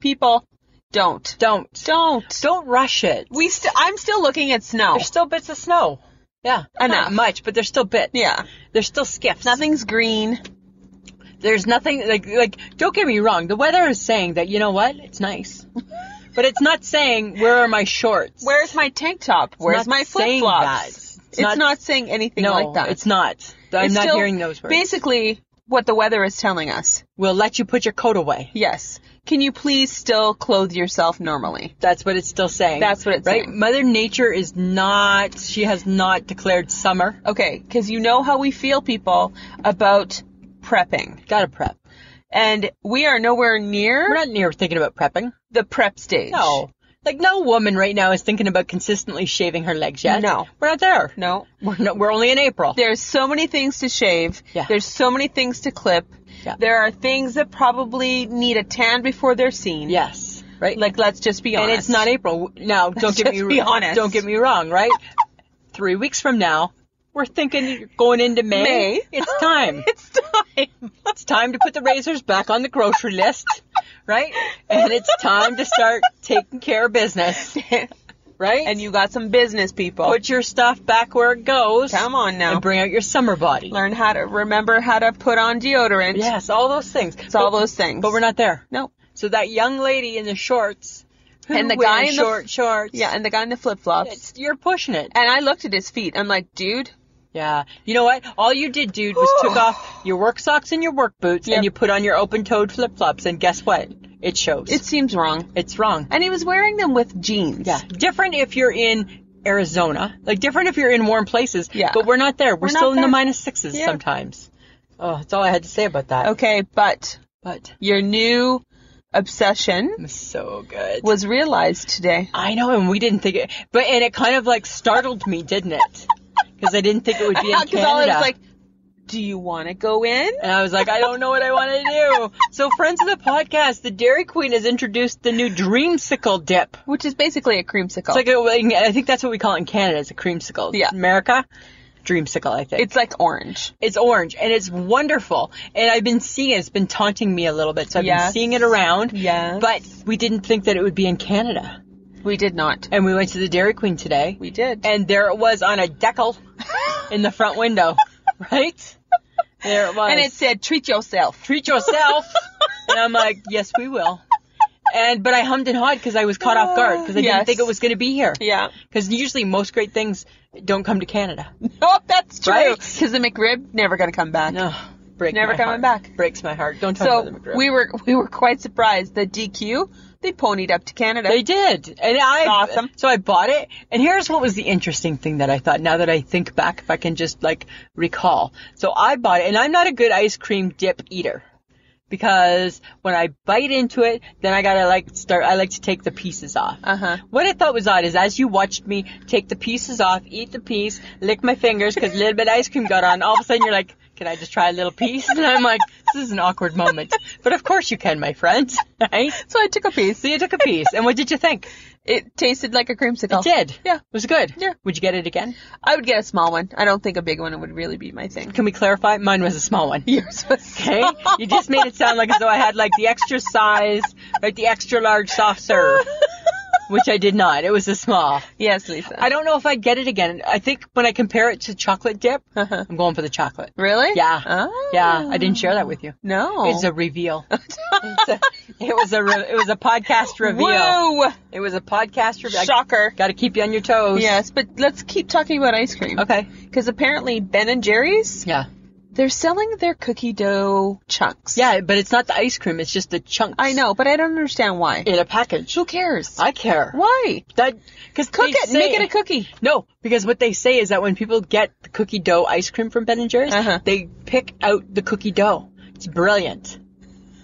Speaker 1: People, don't.
Speaker 2: don't.
Speaker 1: Don't.
Speaker 2: Don't rush it.
Speaker 1: We st- I'm still looking at snow.
Speaker 2: There's still bits of snow. Yeah. Not
Speaker 1: Enough.
Speaker 2: much, but there's still bits.
Speaker 1: Yeah.
Speaker 2: There's still skiffs.
Speaker 1: Nothing's green.
Speaker 2: There's nothing, like, like, don't get me wrong. The weather is saying that, you know what? It's nice. *laughs* but it's not saying, where are my shorts?
Speaker 1: Where's my tank top? Where's
Speaker 2: not
Speaker 1: my flip
Speaker 2: saying that.
Speaker 1: flops?
Speaker 2: It's
Speaker 1: It's,
Speaker 2: not-
Speaker 1: not, saying anything
Speaker 2: no,
Speaker 1: like that.
Speaker 2: it's not. I'm
Speaker 1: It's
Speaker 2: not
Speaker 1: still
Speaker 2: hearing those words.
Speaker 1: Basically, what the weather is telling us.
Speaker 2: we'll let you put your coat away.
Speaker 1: Yes. can you please still clothe yourself normally?
Speaker 2: That's what it's still saying.
Speaker 1: That's what it's
Speaker 2: right?
Speaker 1: saying.
Speaker 2: Mother Nature is not, she has not declared summer.
Speaker 1: Okay, because you know how we feel, people, about prepping.
Speaker 2: Gotta prep.
Speaker 1: And we are nowhere near
Speaker 2: We're not near thinking about prepping.
Speaker 1: the prep stage.
Speaker 2: No. Like, no woman right now is thinking about consistently shaving her legs yet.
Speaker 1: No.
Speaker 2: We're not there.
Speaker 1: No.
Speaker 2: We're, no, we're only in April.
Speaker 1: There's so many things to shave.
Speaker 2: Yeah.
Speaker 1: There's so many things to clip.
Speaker 2: Yeah.
Speaker 1: There are things that probably need a tan before they're seen.
Speaker 2: Yes. Right?
Speaker 1: Like, let's just be honest.
Speaker 2: and
Speaker 1: *laughs*
Speaker 2: it's not April. Now, don't get me
Speaker 1: Just be honest.
Speaker 2: Don't get me wrong,
Speaker 1: *laughs*
Speaker 2: right? Three weeks from now, we're thinking going into May.
Speaker 1: May.
Speaker 2: It's time.
Speaker 1: It's time.
Speaker 2: it's time to put the razors back on the grocery list, right? And it's time to start taking care of business, *laughs* right?
Speaker 1: and you got some business people.
Speaker 2: put your stuff back where it goes.
Speaker 1: Come on now.
Speaker 2: And bring out your summer body.
Speaker 1: Learn how to remember how to put on deodorant.
Speaker 2: Yes, all those things.
Speaker 1: It's all those things.
Speaker 2: But we're not there.
Speaker 1: No.
Speaker 2: So that young lady in the shorts, who
Speaker 1: And the
Speaker 2: wears
Speaker 1: guy in the-
Speaker 2: short shorts.
Speaker 1: Yeah, and the guy in the flip flops.
Speaker 2: It's, you're pushing it.
Speaker 1: And I looked at his feet. I'm like, dude,
Speaker 2: Yeah. You know what? All you did, dude, was *gasps* took off your work socks and your work boots
Speaker 1: Yep.
Speaker 2: and you put on your open toed flip flops and guess what? It shows.
Speaker 1: it seems wrong.
Speaker 2: it's wrong.
Speaker 1: And he was wearing them with jeans.
Speaker 2: Yeah. Different if you're in Arizona. Like different if you're in warm places.
Speaker 1: Yeah.
Speaker 2: But we're not there. We're,
Speaker 1: We're not
Speaker 2: still in the
Speaker 1: there.
Speaker 2: minus sixes
Speaker 1: Yeah.
Speaker 2: sometimes. Oh, that's all I had to say about that.
Speaker 1: Okay, but
Speaker 2: But
Speaker 1: your new obsession
Speaker 2: it was so good.
Speaker 1: was realized today.
Speaker 2: I know, and we didn't think it, but and it kind of like startled me, didn't it?
Speaker 1: *laughs*
Speaker 2: Because I didn't think it would be *laughs* in
Speaker 1: Because
Speaker 2: Canada. Uh,
Speaker 1: all I was like, do you want to go in?
Speaker 2: and I was like, I don't know what I want to do. So, friends of the podcast, the Dairy Queen has introduced the new Dreamsicle dip.
Speaker 1: Which is basically a creamsicle.
Speaker 2: It's like a, I think that's what we call it in Canada. It's a creamsicle.
Speaker 1: Yeah.
Speaker 2: America, Dreamsicle. I think
Speaker 1: it's like orange.
Speaker 2: it's orange and it's wonderful. And I've been seeing it. It's been taunting me a little bit, so I've been
Speaker 1: Yes.
Speaker 2: seeing it around.
Speaker 1: Yes.
Speaker 2: But we didn't think that it would be in Canada,
Speaker 1: We did not.
Speaker 2: and we went to the Dairy Queen today.
Speaker 1: We did.
Speaker 2: and there it was on a decal in the front window, *laughs* right? There it
Speaker 1: *laughs*
Speaker 2: was.
Speaker 1: and it said, treat yourself.
Speaker 2: treat yourself.
Speaker 1: *laughs*
Speaker 2: and I'm like, yes, we will. And but I hummed and hawed because I was caught off guard because I didn't
Speaker 1: Yes.
Speaker 2: think it was going to be here. *laughs*
Speaker 1: Yeah.
Speaker 2: Because usually most great things don't come to Canada.
Speaker 1: Oh, that's true.
Speaker 2: Right?
Speaker 1: Because the McRib never going to come back.
Speaker 2: No, break
Speaker 1: Never
Speaker 2: my
Speaker 1: coming
Speaker 2: heart.
Speaker 1: back.
Speaker 2: Breaks my heart. Don't tell me
Speaker 1: So
Speaker 2: about the McGrill.
Speaker 1: we were we were quite surprised that DQ they ponied up to Canada.
Speaker 2: They did, and I.
Speaker 1: Awesome.
Speaker 2: So I bought it, and here's what was the interesting thing that I thought. Now that I think back, if I can just like recall. So I bought it, and I'm not a good ice cream dip eater, because when I bite into it, then I gotta like start. I like to take the pieces off.
Speaker 1: Uh-huh.
Speaker 2: What I thought was odd is as you watched me take the pieces off, eat the piece, lick my fingers because a little bit of ice cream got on. All of a sudden, you're like, "Can I just try a little piece?" *laughs* And I'm like, "This is an awkward moment," but of course you can, my friend. *laughs* Right?
Speaker 1: so I took a piece.
Speaker 2: So you took a piece, and what did
Speaker 1: *laughs*
Speaker 2: you think?
Speaker 1: It tasted like a creamsicle.
Speaker 2: It did.
Speaker 1: Yeah.
Speaker 2: It was good.
Speaker 1: Yeah.
Speaker 2: Would you get it again?
Speaker 1: I would get a small one. I don't think a big one would really be my
Speaker 2: *laughs*
Speaker 1: thing.
Speaker 2: Can we clarify? Mine was a small one.
Speaker 1: Yours was *laughs*
Speaker 2: Okay. You *laughs* just made it sound like as though I had like the extra size, right? The extra large soft serve, which I did not. It was a small.
Speaker 1: yes, Lisa.
Speaker 2: I don't know if I'd get it again. I think when I compare it to chocolate dip,
Speaker 1: Uh-huh.
Speaker 2: I'm going for the chocolate.
Speaker 1: *laughs* Really?
Speaker 2: Yeah.
Speaker 1: Oh.
Speaker 2: Yeah. I didn't share that with you.
Speaker 1: No. *laughs*
Speaker 2: It's a reveal. *laughs* It's a- it was a re- it was a podcast reveal.
Speaker 1: Whoa!
Speaker 2: It was a podcast reveal.
Speaker 1: Shocker.
Speaker 2: Got to keep you on your toes.
Speaker 1: Yes, but let's keep talking about ice cream.
Speaker 2: Okay.
Speaker 1: Because apparently Ben and Jerry's
Speaker 2: Yeah.
Speaker 1: they're selling their cookie dough chunks.
Speaker 2: Yeah, but it's not the ice cream. It's just the chunks.
Speaker 1: I know, but I don't understand why.
Speaker 2: In a package.
Speaker 1: Who cares?
Speaker 2: I care.
Speaker 1: Why?
Speaker 2: That because
Speaker 1: Cook it. Make it a cookie.
Speaker 2: No, because what they say is that when people get the cookie dough ice cream from Ben and Jerry's,
Speaker 1: Uh-huh.
Speaker 2: they pick out the cookie dough. It's brilliant.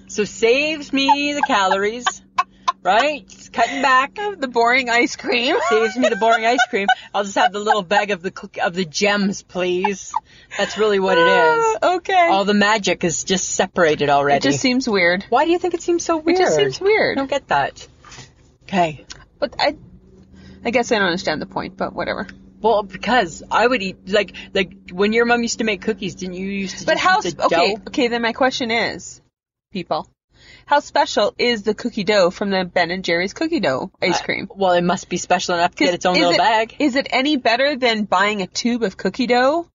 Speaker 2: So saves me the calories, *laughs* right? It's cutting back.
Speaker 1: The boring ice cream.
Speaker 2: Saves me the boring ice
Speaker 1: *laughs*
Speaker 2: cream. I'll just have the little bag of the cook- of the gems, please. That's really what it is.
Speaker 1: Ah, Okay.
Speaker 2: All the magic is just separated already.
Speaker 1: it just seems weird.
Speaker 2: Why do you think it seems so weird?
Speaker 1: It just seems
Speaker 2: I
Speaker 1: weird.
Speaker 2: don't get that. Okay.
Speaker 1: But I, I guess I don't understand the point. But whatever.
Speaker 2: Well, because I would eat like like when your mom used to make cookies, didn't you used to
Speaker 1: But
Speaker 2: just
Speaker 1: how?
Speaker 2: eat
Speaker 1: sp-
Speaker 2: the
Speaker 1: Okay.
Speaker 2: dough?
Speaker 1: Okay. Then my question is, people, how special is the cookie dough from the Ben and Jerry's cookie dough ice cream?
Speaker 2: Uh, Well, it must be special enough to get its own
Speaker 1: is
Speaker 2: little
Speaker 1: it-
Speaker 2: bag.
Speaker 1: Is it any better than buying a tube of cookie dough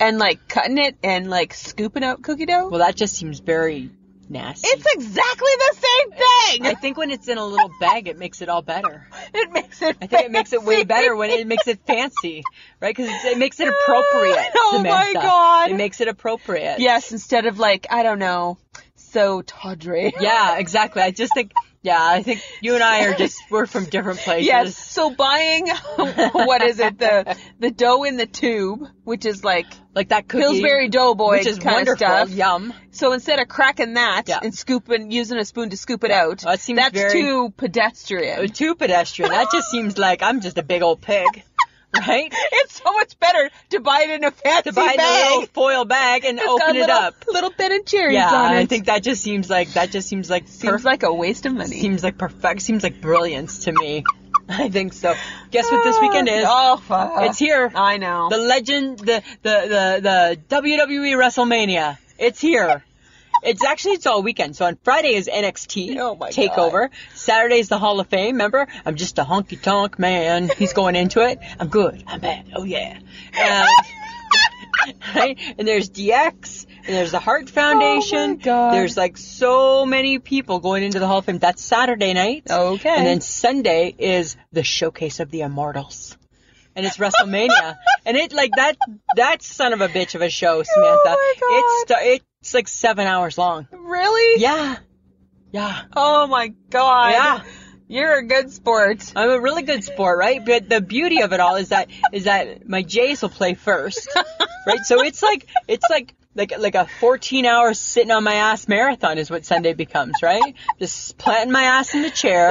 Speaker 1: and like cutting it and like scooping out cookie dough?
Speaker 2: Well, that just seems very nasty.
Speaker 1: it's exactly the same
Speaker 2: I
Speaker 1: thing.
Speaker 2: think when it's in a little bag, it makes it all better.
Speaker 1: *laughs* It makes it.
Speaker 2: I think it makes it way better when it makes it fancy, right? Because it makes it appropriate.
Speaker 1: *laughs* Oh my
Speaker 2: Samantha.
Speaker 1: God.
Speaker 2: It makes it appropriate.
Speaker 1: Yes, instead of like I don't know, so tawdry.
Speaker 2: Yeah, exactly. I just think, yeah, I think you and I are just, we're from different
Speaker 1: *laughs*
Speaker 2: places.
Speaker 1: Yes. So buying *laughs* what is it the the dough in the tube, which is like
Speaker 2: Like that cookie.
Speaker 1: Pillsbury Doughboy
Speaker 2: which is
Speaker 1: kind
Speaker 2: wonderful.
Speaker 1: of stuff.
Speaker 2: Yum.
Speaker 1: So instead of cracking that
Speaker 2: Yeah.
Speaker 1: and scooping, using a spoon to scoop it
Speaker 2: Yeah.
Speaker 1: out,
Speaker 2: Well, it seems
Speaker 1: that's
Speaker 2: very-
Speaker 1: too
Speaker 2: Uh,
Speaker 1: *laughs* pedestrian.
Speaker 2: Too pedestrian. That just seems like I'm just a big old pig, right?
Speaker 1: It's so much better to buy it in a fancy
Speaker 2: To buy the
Speaker 1: bag.
Speaker 2: little foil bag and
Speaker 1: It's got
Speaker 2: open it
Speaker 1: little,
Speaker 2: up.
Speaker 1: Little Ben and Jerry's
Speaker 2: Yeah,
Speaker 1: on it.
Speaker 2: I think that just seems like that just seems like
Speaker 1: seems
Speaker 2: perfect.
Speaker 1: like a waste of money.
Speaker 2: seems like perfect. Seems like brilliance to me. *laughs* I think so. Guess what this weekend is?
Speaker 1: *gasps* Oh, fuck.
Speaker 2: It's here.
Speaker 1: I know. *laughs*
Speaker 2: The legend, the the the, the WWE WrestleMania. It's here. It's actually it's all weekend. So on Friday is NXT
Speaker 1: Oh my
Speaker 2: Takeover. Saturday is the Hall of Fame. Remember, I'm just a honky tonk man. He's going into it. I'm good. I'm bad. Oh yeah. And, *laughs* right? And there's DX. And there's the Heart Foundation.
Speaker 1: Oh God.
Speaker 2: There's like so many people going into the Hall of Fame. That's Saturday night.
Speaker 1: Okay.
Speaker 2: And then Sunday is the showcase of the Immortals. And it's
Speaker 1: *laughs*
Speaker 2: WrestleMania. and it like that that son of a bitch of a show, Samantha.
Speaker 1: Oh my God.
Speaker 2: It's sta- it's like 7 hours long.
Speaker 1: really?
Speaker 2: Yeah. Yeah.
Speaker 1: Oh my god.
Speaker 2: Yeah.
Speaker 1: You're a good
Speaker 2: *laughs*
Speaker 1: sport.
Speaker 2: I'm a really good sport, right? But the beauty of it all is that is that my Jays will play first. Right? So it's like it's like like like a 14 hour sitting on my ass marathon is what Sunday becomes, right? Just planting my ass in
Speaker 1: *laughs*
Speaker 2: the chair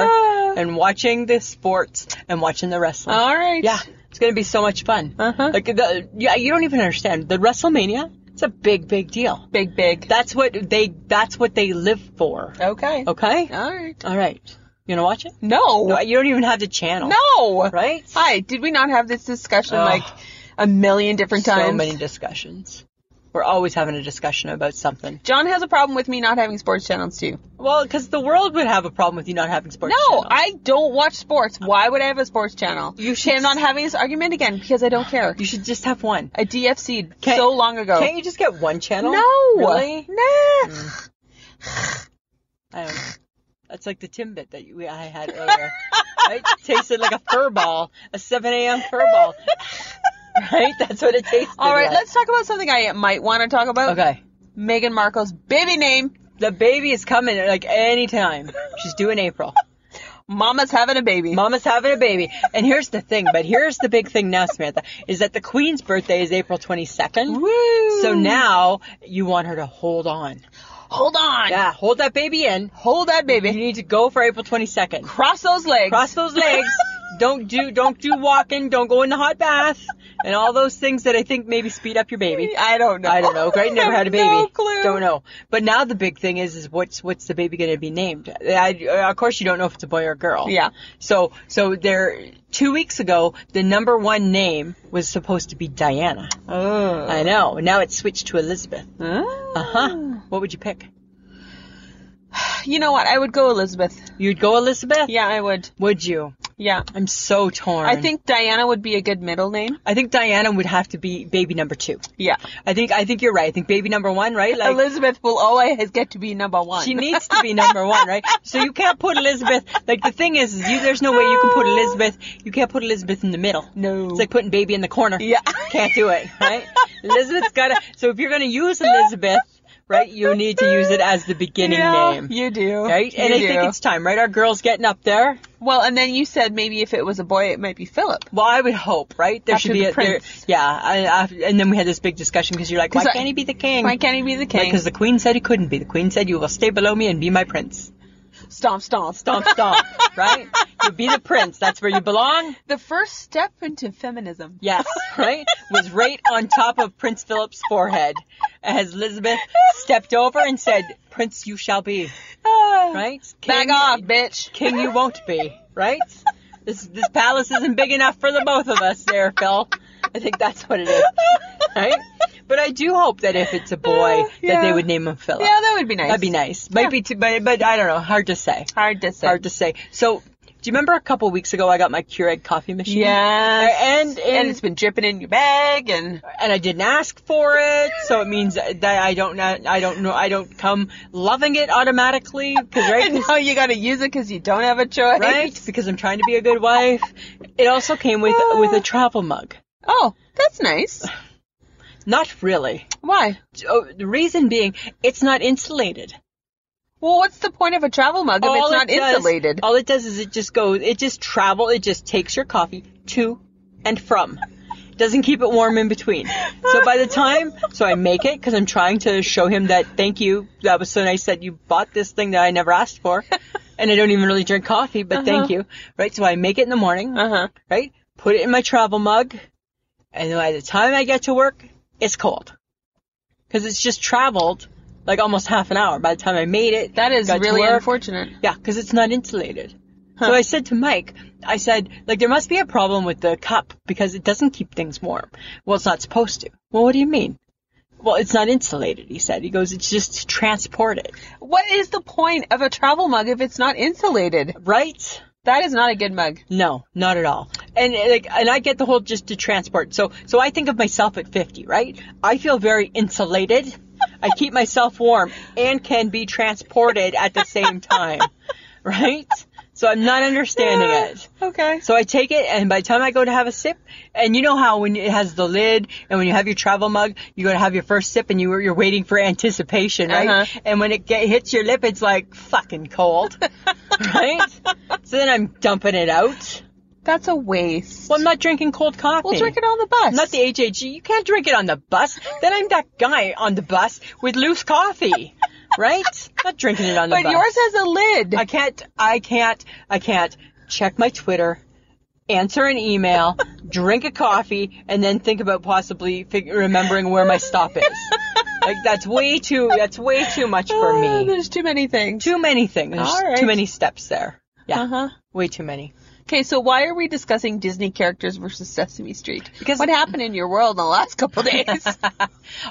Speaker 2: and watching the sports and watching the wrestling.
Speaker 1: Ah. All right.
Speaker 2: Yeah, it's gonna be so much fun.
Speaker 1: Uh-huh.
Speaker 2: Like the, yeah, you don't even understand the WrestleMania. It's a big, big deal.
Speaker 1: Big, big.
Speaker 2: That's what they. That's what they live for.
Speaker 1: okay.
Speaker 2: Okay.
Speaker 1: All right.
Speaker 2: All right. You gonna watch it?
Speaker 1: No.
Speaker 2: No, you don't even have to channel.
Speaker 1: No.
Speaker 2: Right.
Speaker 1: Hi. Did we not have this discussion
Speaker 2: Ugh.
Speaker 1: like a million different
Speaker 2: so
Speaker 1: times?
Speaker 2: many discussions. We're always having a discussion about something.
Speaker 1: John has a problem with me not having sports channels too.
Speaker 2: Well, because the world would have a problem with you not having sports.
Speaker 1: No,
Speaker 2: channels.
Speaker 1: I don't watch sports. Why would I have a sports channel?
Speaker 2: You
Speaker 1: Okay,
Speaker 2: should.
Speaker 1: I'm not having this argument again because I don't care.
Speaker 2: You should just have one.
Speaker 1: I DFC'd
Speaker 2: Can't-
Speaker 1: so long ago.
Speaker 2: Can't you just get one channel?
Speaker 1: no.
Speaker 2: Really? Hmm.
Speaker 1: Nah.
Speaker 2: I don't know. That's like the Timbit that you, I had earlier.
Speaker 1: *laughs*
Speaker 2: right? Tasted like a fur ball, a 7 a.m. fur ball. right? That's what it tasted
Speaker 1: *laughs* All right,
Speaker 2: like.
Speaker 1: let's talk about something I might want to talk about.
Speaker 2: Okay.
Speaker 1: Meghan Markle's baby name.
Speaker 2: The baby is coming like any time. She's due in April.
Speaker 1: Mama's having a baby.
Speaker 2: Mama's having a baby. And here's the thing, but here's the big thing now, Samantha, is that the Queen's birthday is April 22nd.
Speaker 1: Woo!
Speaker 2: So now you want her to hold on.
Speaker 1: hold on.
Speaker 2: Yeah, hold that baby in.
Speaker 1: Hold that
Speaker 2: You
Speaker 1: baby.
Speaker 2: need to go for April 22nd.
Speaker 1: Cross those legs.
Speaker 2: cross those legs. *laughs* don't do don't do walking. Don't go in the hot bath and all those things that I think maybe speed up your baby.
Speaker 1: I don't know.
Speaker 2: I don't know. Great, never
Speaker 1: I
Speaker 2: had a
Speaker 1: have
Speaker 2: baby.
Speaker 1: *laughs* No clue.
Speaker 2: Don't know. But now the big thing is is what's what's the baby going to be named? I, I- of course you don't know if it's a boy or a girl.
Speaker 1: Yeah.
Speaker 2: So so there two weeks ago the number one name was supposed to be Diana.
Speaker 1: Oh.
Speaker 2: I know. Now it's switched to Elizabeth.
Speaker 1: Oh.
Speaker 2: Uh huh. What would you pick?
Speaker 1: You know what? I would go Elizabeth.
Speaker 2: You'd go Elizabeth.
Speaker 1: Yeah, I would.
Speaker 2: Would you?
Speaker 1: Yeah.
Speaker 2: I'm so torn.
Speaker 1: I think Diana would be a good middle name.
Speaker 2: I think Diana would have to be baby number two.
Speaker 1: Yeah.
Speaker 2: I think I think you're right. I think baby number one, right? Like
Speaker 1: Elizabeth will always get to be number one.
Speaker 2: she needs to be number one, right? So you can't put Elizabeth. Like the thing is, is you, there's no way you can put Elizabeth. You can't put Elizabeth in the middle.
Speaker 1: *laughs* No.
Speaker 2: It's like putting baby in the corner.
Speaker 1: Yeah. *laughs*
Speaker 2: Can't do it, right? Elizabeth's gotta. So if you're gonna use Elizabeth, right, you need to use it as the beginning
Speaker 1: yeah,
Speaker 2: name.
Speaker 1: You do.
Speaker 2: Right?
Speaker 1: You
Speaker 2: And I
Speaker 1: do.
Speaker 2: think it's time, right? Our girl's getting up there.
Speaker 1: well, and then you said maybe if it was a boy, it might be Philip.
Speaker 2: Well, I would hope, right? There
Speaker 1: After
Speaker 2: should be
Speaker 1: the
Speaker 2: a there,
Speaker 1: prince.
Speaker 2: yeah. I, I, and then we had this big discussion because you're like, why
Speaker 1: 'Cause I-
Speaker 2: can't he be the king?
Speaker 1: Why can't he be the king?
Speaker 2: Because the queen said he couldn't be. The queen said, "You will stay below me and be my prince."
Speaker 1: stomp, stomp,
Speaker 2: Stomp,
Speaker 1: *laughs*
Speaker 2: stomp. right? You be the prince. That's where you belong.
Speaker 1: The first step into feminism.
Speaker 2: Yes. Right? Was right on top of Prince Philip's forehead as Elizabeth stepped over and said, "Prince, you shall be." Right?
Speaker 1: Ah. Back
Speaker 2: King-
Speaker 1: off, bitch.
Speaker 2: King,
Speaker 1: *laughs*
Speaker 2: you won't be. Right? This this palace isn't big enough for the both of us, there, Phil. I think that's what
Speaker 1: *laughs*
Speaker 2: it is. Right? But I do hope that if it's a boy, that they
Speaker 1: Yeah.
Speaker 2: would name him Philip.
Speaker 1: Yeah, that would be nice.
Speaker 2: That'd be nice. Might be too, but, but I don't know. Hard to say.
Speaker 1: Hard to say.
Speaker 2: Hard to say. So, do you remember a couple weeks ago I got my Keurig coffee machine?
Speaker 1: Yes.
Speaker 2: And, and,
Speaker 1: And it's been dripping in your bag and *laughs*
Speaker 2: and I didn't ask for it, so it means that I don't not, I don't know I don't come loving it automatically because
Speaker 1: and
Speaker 2: right
Speaker 1: now you gotta use it because you don't have a choice.
Speaker 2: *laughs* right because I'm trying to be a good wife. It also came with with a travel mug.
Speaker 1: Oh, that's nice.
Speaker 2: Not really.
Speaker 1: Why?
Speaker 2: Oh, the reason being, it's not insulated.
Speaker 1: Well, what's the point of a travel mug if it's not
Speaker 2: it does-
Speaker 1: insulated?
Speaker 2: All it does is it just goes, it just travel, it just takes your coffee to and from. Doesn't keep it warm in between. So by the time, so I make it because I'm trying to show him that thank you, that was so nice that you bought this thing that I never
Speaker 1: *laughs*
Speaker 2: asked for, and I don't even really drink coffee, but thank
Speaker 1: Uh-huh.
Speaker 2: you, right? So I make it in the morning,
Speaker 1: Uh huh.
Speaker 2: right? Put it in my travel mug, and by the time I get to work, it's cold because it's just traveled like almost half an hour by the time I made it.
Speaker 1: That is
Speaker 2: got to
Speaker 1: really
Speaker 2: work.
Speaker 1: unfortunate.
Speaker 2: Yeah, because it's not insulated. So I said to Mike, I said, like, there must be a problem with the cup because it doesn't keep things warm. Well, it's not supposed to. Well, what do you mean? Well, it's not insulated, he said. He goes, it's just transported.
Speaker 1: What is the point of a travel mug if it's not insulated?
Speaker 2: Right?
Speaker 1: That is not a good mug.
Speaker 2: No, not at all. And uh, like, and I get the whole just to transport. So, so I think of myself at 50, right? I feel very insulated. I keep myself warm and can be transported at the same time, right? So I'm not understanding it.
Speaker 1: Ah, Okay.
Speaker 2: So I take it, and by the time I go to have a sip, and you know how when it has the lid, and when you have your travel mug, you go to have your first sip, and you you're waiting for anticipation, right?
Speaker 1: Uh-huh.
Speaker 2: And when it get, hits your lip, it's like fucking
Speaker 1: *laughs*
Speaker 2: cold, right? So then I'm dumping it out.
Speaker 1: That's a waste.
Speaker 2: Well, I'm not drinking cold coffee.
Speaker 1: we'll drink it on the bus.
Speaker 2: Not the HHG. You can't drink it on the bus. Then I'm that guy on the bus with loose coffee, right? Not drinking it on the
Speaker 1: But
Speaker 2: bus.
Speaker 1: yours has a lid.
Speaker 2: I can't, I can't, I can't check my Twitter, answer an email, drink a coffee, and then think about possibly fig- remembering where my stop is.
Speaker 1: *laughs*
Speaker 2: Like that's way too, that's way too much for
Speaker 1: Ah,
Speaker 2: me.
Speaker 1: there's too many things.
Speaker 2: Too many things. There's
Speaker 1: All right.
Speaker 2: Too many steps there. Yeah.
Speaker 1: Uh huh.
Speaker 2: Way too many.
Speaker 1: Okay, so why are we discussing Disney characters versus Sesame Street?
Speaker 2: Because-
Speaker 1: what happened in your world in the last couple
Speaker 2: *laughs*
Speaker 1: days?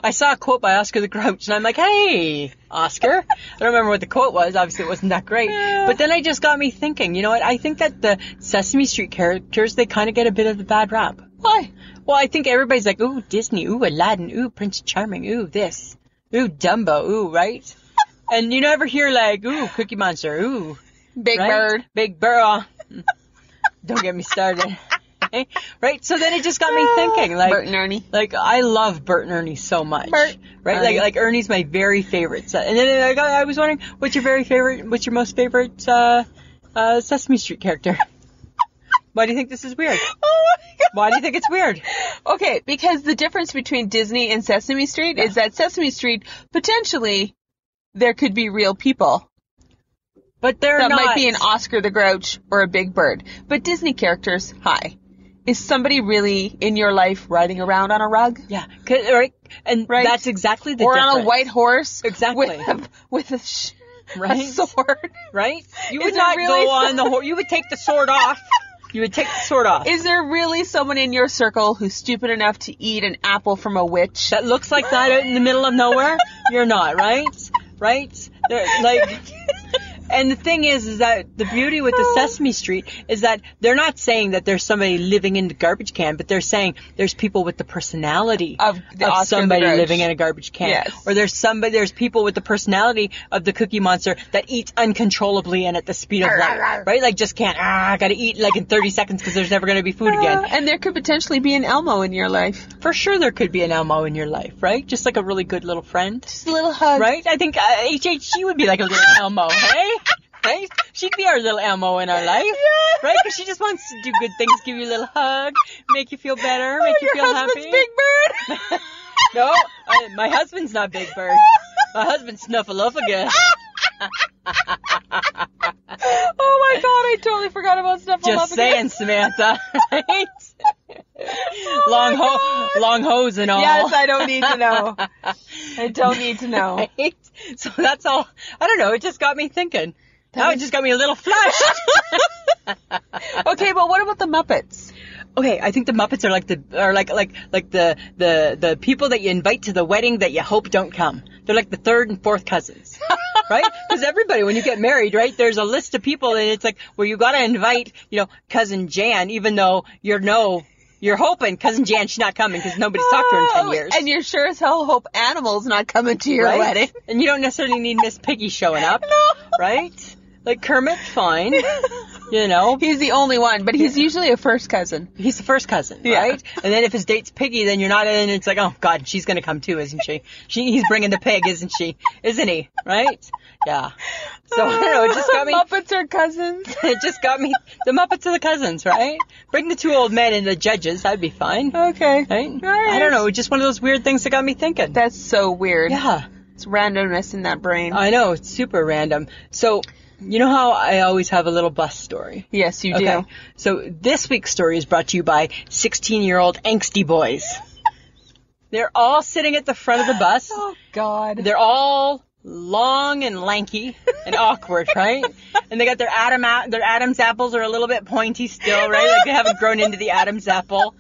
Speaker 2: I saw a quote by Oscar the Grouch, and I'm like, hey, Oscar. I don't remember what the quote was. Obviously, it wasn't that great.
Speaker 1: Yeah.
Speaker 2: But then I just got me thinking. You know what? I think that the Sesame Street characters they kind of get a bit of the bad rap.
Speaker 1: why?
Speaker 2: Well, I think everybody's like, ooh, Disney, ooh, Aladdin, ooh, Prince Charming, ooh, this, ooh, Dumbo, ooh,
Speaker 1: *laughs*
Speaker 2: right? and you never hear like, ooh, Cookie Monster, ooh,
Speaker 1: Big
Speaker 2: right?
Speaker 1: Bird.
Speaker 2: Big Bird. *laughs* Don't get
Speaker 1: *laughs*
Speaker 2: me started. Eh? right? So then it just got me thinking, like,
Speaker 1: Bert and Ernie.
Speaker 2: like I love Bert and Ernie so much,
Speaker 1: Bert,
Speaker 2: right?
Speaker 1: Ernie.
Speaker 2: Like, like Ernie's my very favorite. se- And then I, got, I was wondering, what's your very favorite? What's your most favorite uh, uh, Sesame Street character? *laughs* Why do you think this is weird?
Speaker 1: Oh my God.
Speaker 2: Why do you think it's weird?
Speaker 1: Okay, because the difference between Disney and Sesame Street is that Sesame Street potentially there could be real people.
Speaker 2: But they're
Speaker 1: that
Speaker 2: not.
Speaker 1: might be an Oscar the Grouch or a Big Bird. But Disney characters, hi. Is somebody really in your life riding around on a rug?
Speaker 2: Yeah, 'cause- right, and
Speaker 1: Right.
Speaker 2: that's exactly the
Speaker 1: or
Speaker 2: difference.
Speaker 1: on a white horse?
Speaker 2: Exactly.
Speaker 1: With a, with a, sh- a
Speaker 2: Right.
Speaker 1: sword?
Speaker 2: right? You
Speaker 1: Is
Speaker 2: would
Speaker 1: it
Speaker 2: not
Speaker 1: really
Speaker 2: go
Speaker 1: *laughs*
Speaker 2: on
Speaker 1: so-
Speaker 2: the horse. You would take the sword off. You would take the sword off.
Speaker 1: Is there really someone in your circle who's stupid enough to eat an apple from a witch? *laughs*
Speaker 2: that looks like that out in the middle of nowhere. You're not, right? Right? They're, like, and the thing is, is that the beauty with the Sesame Street is that they're not saying that there's somebody living in the garbage can, but they're saying there's people with the personality
Speaker 1: Of the Oscar the
Speaker 2: somebody
Speaker 1: Grouch.
Speaker 2: living in a garbage can,
Speaker 1: Yes.
Speaker 2: or there's somebody, there's people with the personality of the Cookie Monster that eats uncontrollably and at the speed of
Speaker 1: Arr,
Speaker 2: light,
Speaker 1: arr, *laughs* arr.
Speaker 2: right? Like just can't. Ah, gotta eat like in 30 seconds because there's never gonna be food again.
Speaker 1: *laughs* and there could potentially be an Elmo in your life.
Speaker 2: For sure, there could be an Elmo in your life, right? Just like a really good little friend.
Speaker 1: Just a little *laughs* hug.
Speaker 2: Right? I think uh, HHG would be like a little Elmo, hey? Right? She'd be our little Elmo in our life.
Speaker 1: Yeah.
Speaker 2: Right? Because she just wants to do good things, give you a little hug, make you feel better,
Speaker 1: Oh,
Speaker 2: make you
Speaker 1: your
Speaker 2: feel
Speaker 1: husband's
Speaker 2: happy.
Speaker 1: Big Bird.
Speaker 2: *laughs* no, I, my husband's not Big Bird. My husband's
Speaker 1: *laughs*
Speaker 2: Snuffleupagus.
Speaker 1: oh my god, I totally forgot about stuff.
Speaker 2: Just saying, Samantha. *laughs* Right? long, ho- long hose and all.
Speaker 1: Oh Yes, I don't need to know. I don't need to know.
Speaker 2: *laughs* Right? So that's all. I don't know. It just got me thinking. Now it just got me a little flushed. *laughs*
Speaker 1: Okay, but what about the Muppets?
Speaker 2: okay, I think the Muppets are like the are like like like the the the people that you invite to the wedding that you hope don't come. They're like the third and
Speaker 1: *laughs*
Speaker 2: fourth cousins, right? Because everybody, when you get married, right, there's a list of people, and it's like, well, you got to invite, you know, cousin Jan, even though you're no. You're hoping cousin Jan she's not coming because *laughs* nobody's talked to her in ten
Speaker 1: Oh,
Speaker 2: years.
Speaker 1: And you're sure as hell hope animals not coming to your
Speaker 2: right?
Speaker 1: wedding.
Speaker 2: And
Speaker 1: *laughs*
Speaker 2: you don't necessarily need Miss Piggy showing up,
Speaker 1: No. *laughs*
Speaker 2: right? Like Kermit, fine. You know,
Speaker 1: He's the only one, but he's usually a first cousin.
Speaker 2: he's the first cousin,
Speaker 1: Yeah.
Speaker 2: right? And then if his date's Piggy, then you're not in. It's like, oh God, she's gonna come too, isn't she? She, he's bringing the pig, isn't she? Isn't he? Right? Yeah. So I don't know. It just got
Speaker 1: *laughs*
Speaker 2: me.
Speaker 1: Muppets are cousins.
Speaker 2: *laughs* It just got me. The Muppets are the cousins, right? Bring the two old men and the judges. That'd be fine, right?
Speaker 1: Okay.
Speaker 2: I don't know. Just one of those weird things that got me thinking.
Speaker 1: That's so weird.
Speaker 2: yeah.
Speaker 1: It's randomness in that brain.
Speaker 2: I know, it's super random. So, you know how I always have a little bus story?
Speaker 1: yes, you do.
Speaker 2: So, this week's story is brought to you by 16 year old angsty boys. They're all sitting at the front of
Speaker 1: *laughs*
Speaker 2: the bus.
Speaker 1: Oh God.
Speaker 2: They're all long and lanky
Speaker 1: *laughs*
Speaker 2: and awkward, right? And they got their Adam their Adam's apples are a little bit pointy still, right? Like they haven't grown into the Adam's apple.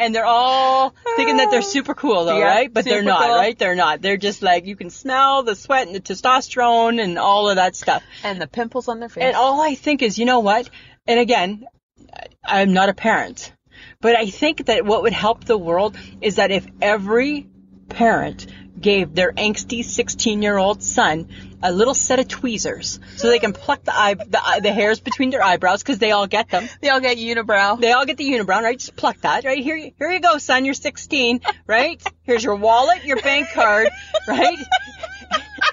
Speaker 2: And they're all thinking that they're super cool though,
Speaker 1: Yeah,
Speaker 2: right? But they're
Speaker 1: super
Speaker 2: not,
Speaker 1: cool.
Speaker 2: right? They're not. They're just like you can smell the sweat and the testosterone and all of that stuff.
Speaker 1: and the pimples on their face.
Speaker 2: And all I think is, you know what? And again, I- I'm not a parent, but I think that what would help the world is that if every parent gave their angsty 16 year old son a little set of tweezers so they can pluck the eye, the, eye- the hairs between their eyebrows because they all get them.
Speaker 1: they all get unibrow.
Speaker 2: They all get the unibrow, right? Just pluck that, right? Here, you- here you go, son. You're 16, right? Here's your wallet, your bank
Speaker 1: *laughs*
Speaker 2: card, right?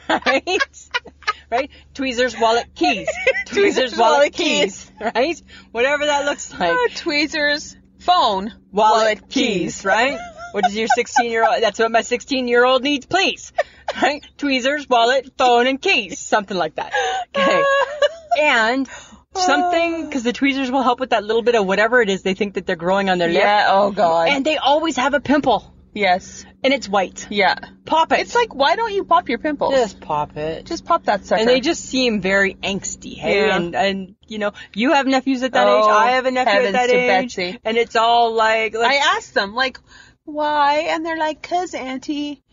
Speaker 2: right? Right? Tweezers, wallet, keys. *laughs* Tweezers, wallet, keys. Right? Whatever that looks *laughs* like.
Speaker 1: Ah, tweezers, phone,
Speaker 2: Wallet, keys. right? What does your 16 year old, that's what my 16 year old needs, please. Right? Tweezers, wallet, phone, and keys. Something like that. Okay. And something, because the tweezers will help with that little bit of whatever it is they think that they're growing on their
Speaker 1: *laughs*
Speaker 2: lip.
Speaker 1: yeah. Oh God.
Speaker 2: And they always have a pimple.
Speaker 1: yes.
Speaker 2: And it's white.
Speaker 1: Yeah.
Speaker 2: Pop it.
Speaker 1: It's like, why don't you pop your pimples?
Speaker 2: just pop it.
Speaker 1: Just pop that sucker.
Speaker 2: and they just seem very angsty, hey?
Speaker 1: Yeah.
Speaker 2: And and you know, you have nephews at that
Speaker 1: Oh,
Speaker 2: age. I have a nephew at
Speaker 1: heavens
Speaker 2: that
Speaker 1: to
Speaker 2: age.
Speaker 1: Betsy.
Speaker 2: And it's all like, like
Speaker 1: I asked them like, why? And they're like, cause auntie.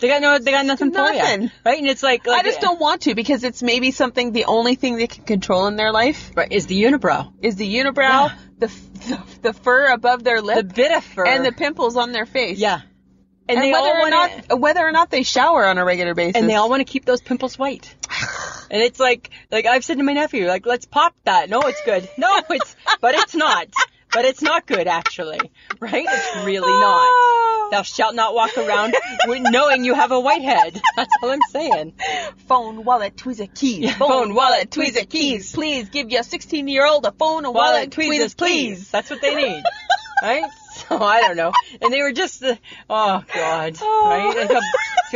Speaker 2: they got no, they got nothing, for you,
Speaker 1: Nothing.
Speaker 2: right? And it's like,
Speaker 1: I
Speaker 2: like
Speaker 1: just don't want to because it's maybe something. The only thing they can control in their life
Speaker 2: Right, Is the unibrow
Speaker 1: is the unibrow,
Speaker 2: Yeah.
Speaker 1: the, the the fur above their
Speaker 2: the
Speaker 1: lip,
Speaker 2: bit of fur
Speaker 1: and the pimples on their face.
Speaker 2: yeah? And,
Speaker 1: And,
Speaker 2: they
Speaker 1: whether
Speaker 2: all
Speaker 1: or
Speaker 2: want
Speaker 1: not whether or not they shower on a regular basis.
Speaker 2: and
Speaker 1: *sighs*
Speaker 2: they all want to keep those pimples white. And it's like, like I've said to my nephew, like, let's pop that. No, it's good. No, it's, but it's not. But it's not good, actually. Right? It's really not.
Speaker 1: Ah.
Speaker 2: Thou shalt not walk around with- knowing you have a white head. *laughs* That's all I'm saying.
Speaker 1: Phone, wallet, tweezer, keys.
Speaker 2: phone, wallet, tweezer, keys.
Speaker 1: Please give your 16 year old a phone, a wallet, tweezers, please.
Speaker 2: That's what
Speaker 1: *laughs*
Speaker 2: they need. *laughs* Right? So I don't know. And they were just, uh, oh God. Right? I feel,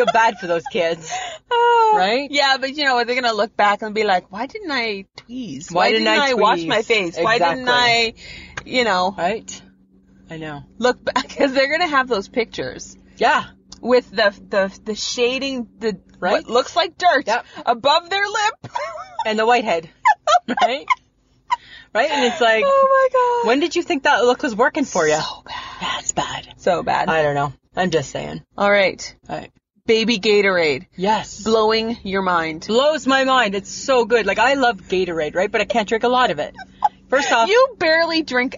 Speaker 2: feel bad for those kids. *laughs* Right?
Speaker 1: Yeah, but you know what? They're gonna look back and be like, "Why didn't I tweeze?
Speaker 2: Why didn't I
Speaker 1: wash
Speaker 2: tweeze?"
Speaker 1: my face? Why didn't I, you know,
Speaker 2: Right? I know.
Speaker 1: look back?" *laughs* Because they're gonna have those pictures
Speaker 2: Yeah.
Speaker 1: with the the the shading, the
Speaker 2: Right.
Speaker 1: what looks like dirt
Speaker 2: Yep.
Speaker 1: above their lip.
Speaker 2: *laughs*
Speaker 1: *laughs*
Speaker 2: and the whitehead, *laughs* right? right? And it's like,
Speaker 1: oh my god!
Speaker 2: when did you think that look was working for you?
Speaker 1: So bad.
Speaker 2: That's bad.
Speaker 1: So bad.
Speaker 2: I don't know. I'm just saying.
Speaker 1: All right.
Speaker 2: Right.
Speaker 1: Baby Gatorade.
Speaker 2: Yes.
Speaker 1: Blowing your mind.
Speaker 2: Blows my mind. It's so good. Like I love Gatorade, right? But I can't drink a lot of it. First off,
Speaker 1: You barely drink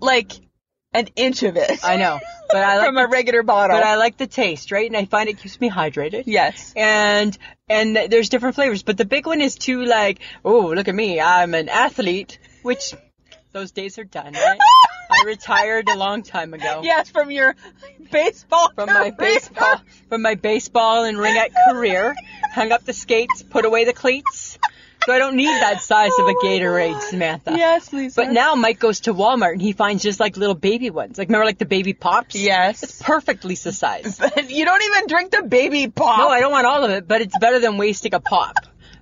Speaker 1: like an inch of it
Speaker 2: I know, but I
Speaker 1: *laughs*
Speaker 2: like
Speaker 1: from a
Speaker 2: the,
Speaker 1: regular bottle.
Speaker 2: but I like the taste, right? And I find it keeps me hydrated.
Speaker 1: *laughs* yes.
Speaker 2: and and th- there's different flavors but the big one is too like oh look at me i'm an athlete which those days are done right i retired a long
Speaker 1: *laughs*
Speaker 2: time ago
Speaker 1: Yes, from your baseball. *laughs*
Speaker 2: from my
Speaker 1: career.
Speaker 2: baseball from my baseball and ringette career hung up the skates put away the cleats so i don't need that size of a
Speaker 1: Oh my
Speaker 2: gatorade
Speaker 1: God.
Speaker 2: samantha
Speaker 1: Yes, Lisa.
Speaker 2: but now Mike goes to Walmart and he finds just like little baby ones. Like remember like the baby pops?
Speaker 1: yes.
Speaker 2: Perfect Lisa
Speaker 1: *laughs*
Speaker 2: size.
Speaker 1: But you don't even drink the baby pop.
Speaker 2: No, I don't want all of it, but it's better than wasting a pop,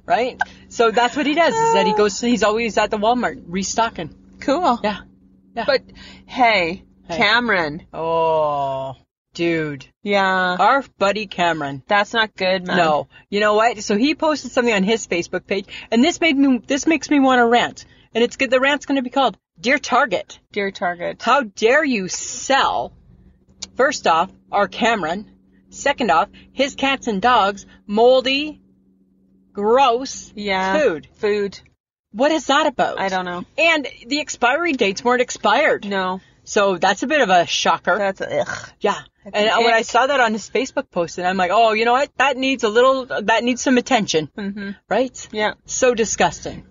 Speaker 2: right? So that's what he does. Is that he goes? He's always at the Walmart restocking.
Speaker 1: Cool.
Speaker 2: Yeah. Yeah.
Speaker 1: But hey,
Speaker 2: Hey.
Speaker 1: Cameron.
Speaker 2: oh, dude,
Speaker 1: Yeah.
Speaker 2: our buddy Cameron.
Speaker 1: That's not good, man.
Speaker 2: No, you know what? So he posted something on his Facebook page, and this made me. This makes me want to rant, and it's good. The rant's going to be called "Dear Target."
Speaker 1: Dear Target.
Speaker 2: How dare you sell? First off, our Cameron. Second off, his cats and dogs, moldy, gross
Speaker 1: Yeah.
Speaker 2: food.
Speaker 1: Food.
Speaker 2: What is that about?
Speaker 1: I don't know.
Speaker 2: And the expiry dates weren't expired.
Speaker 1: No.
Speaker 2: So that's a bit of a shocker.
Speaker 1: That's ugh.
Speaker 2: yeah. And uh,
Speaker 1: an
Speaker 2: when I
Speaker 1: ick.
Speaker 2: saw that on his Facebook post, and I'm like, oh, you know what? That needs a little, that needs some attention. Mm-hmm. Right?
Speaker 1: Yeah.
Speaker 2: So disgusting.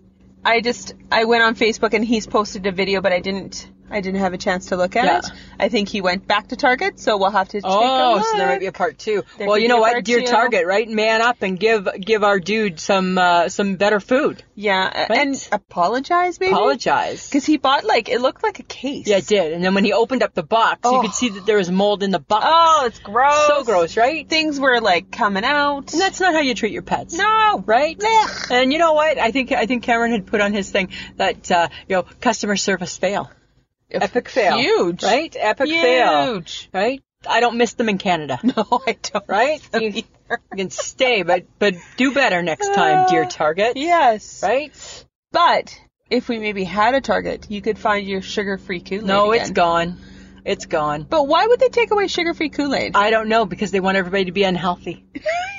Speaker 1: I just I went on Facebook and he's posted a video, but I didn't I didn't have a chance to look at
Speaker 2: Yeah.
Speaker 1: it. I think he went back to Target, so we'll have to take a
Speaker 2: Oh,
Speaker 1: look.
Speaker 2: so there might be a part two.
Speaker 1: There
Speaker 2: well,
Speaker 1: could be
Speaker 2: you know
Speaker 1: a
Speaker 2: what,
Speaker 1: part
Speaker 2: dear
Speaker 1: two.
Speaker 2: Target, right? Man up and give give our dude some uh, some better food.
Speaker 1: yeah,
Speaker 2: Right.
Speaker 1: and apologize maybe
Speaker 2: Apologize.
Speaker 1: because he bought like it looked like a case.
Speaker 2: Yeah, it did. And then when he opened up the box, you
Speaker 1: Oh.
Speaker 2: could see that there was mold in the box.
Speaker 1: Oh, it's gross.
Speaker 2: so gross, right?
Speaker 1: Things were like coming out.
Speaker 2: And that's not how you treat your pets.
Speaker 1: no,
Speaker 2: Right?
Speaker 1: Blech.
Speaker 2: And you know what? I think I think Cameron had put on his thing that uh, you know customer service fail, epic fail,
Speaker 1: Huge.
Speaker 2: right? Epic fail,
Speaker 1: Huge.
Speaker 2: right? I don't miss them in Canada,
Speaker 1: No, *laughs* I don't.
Speaker 2: *laughs* right? You, you can stay, but but do better next
Speaker 1: Uh,
Speaker 2: time, dear Target,
Speaker 1: Yes.
Speaker 2: right?
Speaker 1: But if we maybe had a Target, you could find your sugar-free Kool-Aid.
Speaker 2: No,
Speaker 1: again.
Speaker 2: it's gone, it's gone.
Speaker 1: But why would they take away sugar-free Kool-Aid?
Speaker 2: I don't know because they want everybody to
Speaker 1: *laughs*
Speaker 2: be unhealthy.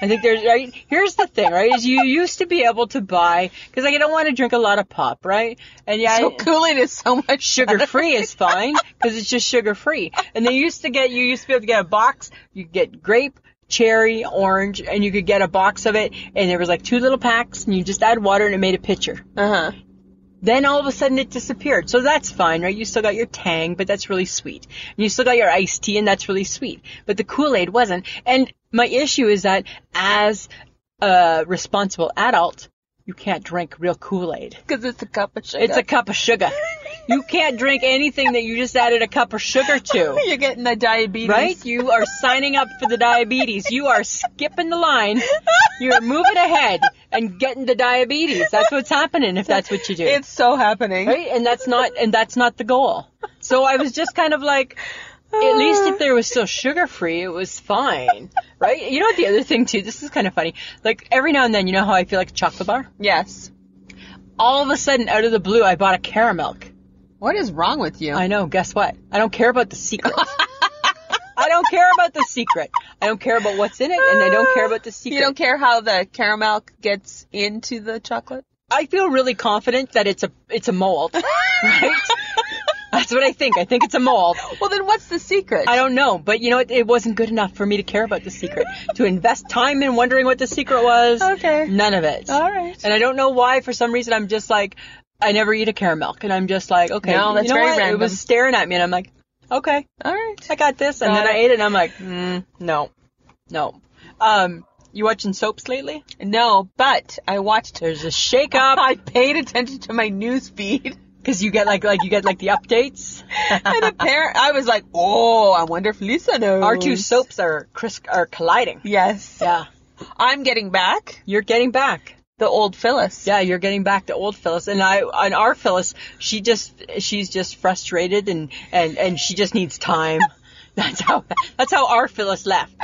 Speaker 2: I think there's right. Here's the thing, right? Is you used to be able to buy because like, I don't want to drink a lot of pop, right? And
Speaker 1: *laughs*
Speaker 2: yeah, *laughs*
Speaker 1: so
Speaker 2: I-
Speaker 1: Kool-Aid is so much
Speaker 2: sugar free is fine because it's just sugar free. And they used to get you used to be able to get a box. You could get grape, cherry, orange, and you could get a box of it. And there was like two little packs, and you just add water, and it made a pitcher.
Speaker 1: Uh huh.
Speaker 2: Then all of a sudden it disappeared. So that's fine, right? You still got your Tang, but that's really sweet. And you still got your iced tea, and that's really sweet. But the Kool-Aid wasn't. And my issue is that as a responsible adult, you can't drink real Kool-Aid.
Speaker 1: Because it's a cup of sugar. *laughs*
Speaker 2: It's a cup of sugar. You can't drink anything that you just added a cup of
Speaker 1: *laughs*
Speaker 2: sugar to.
Speaker 1: You're getting the diabetes. *laughs*
Speaker 2: Right? You are signing up for the diabetes. You are skipping the line. You're moving ahead and getting the diabetes. That's what's happening if that's what you do.
Speaker 1: It's so happening.
Speaker 2: Right? And that's not and that's not the goal. So I was just kind of like at least if there was still sugar free, it was fine. Right? You know what the other thing too, this is kind of funny. Like every now and then, you know how I feel like a chocolate bar?
Speaker 1: Yes.
Speaker 2: All of a sudden, out of the blue, I bought a caramel.
Speaker 1: What is wrong with you?
Speaker 2: I know. Guess what? I don't care about the secret. *laughs* I don't care about the secret. I don't care about what's in it, and I don't care about the secret.
Speaker 1: *laughs* you don't care how the caramel gets into the *laughs* chocolate?
Speaker 2: I feel really confident that it's a it's
Speaker 1: *laughs*
Speaker 2: a mold, right? That's what I think. I think it's a mold.
Speaker 1: Well, then what's the secret?
Speaker 2: I don't know, but you know, it, it wasn't good enough for me to care about the secret. to invest time in wondering what the secret was,
Speaker 1: Okay.
Speaker 2: none of it.
Speaker 1: All right.
Speaker 2: And I don't know why, for some reason, I'm just like, I never eat a caramel, and I'm just like, okay,
Speaker 1: No, that's
Speaker 2: you know
Speaker 1: very
Speaker 2: what?
Speaker 1: random.
Speaker 2: It was staring at me, and I'm like, okay,
Speaker 1: All right.
Speaker 2: I got this, and
Speaker 1: Got
Speaker 2: then I
Speaker 1: it.
Speaker 2: ate it, and I'm like, mm, no, no. Um, you watching soaps lately?
Speaker 1: No, but I watched it.
Speaker 2: There's a shake *laughs* up
Speaker 1: I paid attention to my news feed.
Speaker 2: because you get like like you get like the *laughs* updates.
Speaker 1: and apparent, I was like, oh, I wonder if Lisa knows.
Speaker 2: Our two soaps are cris- are colliding.
Speaker 1: Yes.
Speaker 2: Yeah,
Speaker 1: I'm getting back
Speaker 2: you're getting back.
Speaker 1: the old Phyllis.
Speaker 2: Yeah, you're getting back to old Phyllis, and I and our Phyllis, she just she's just frustrated and and and she just needs time. *laughs* That's how that's how our Phyllis left.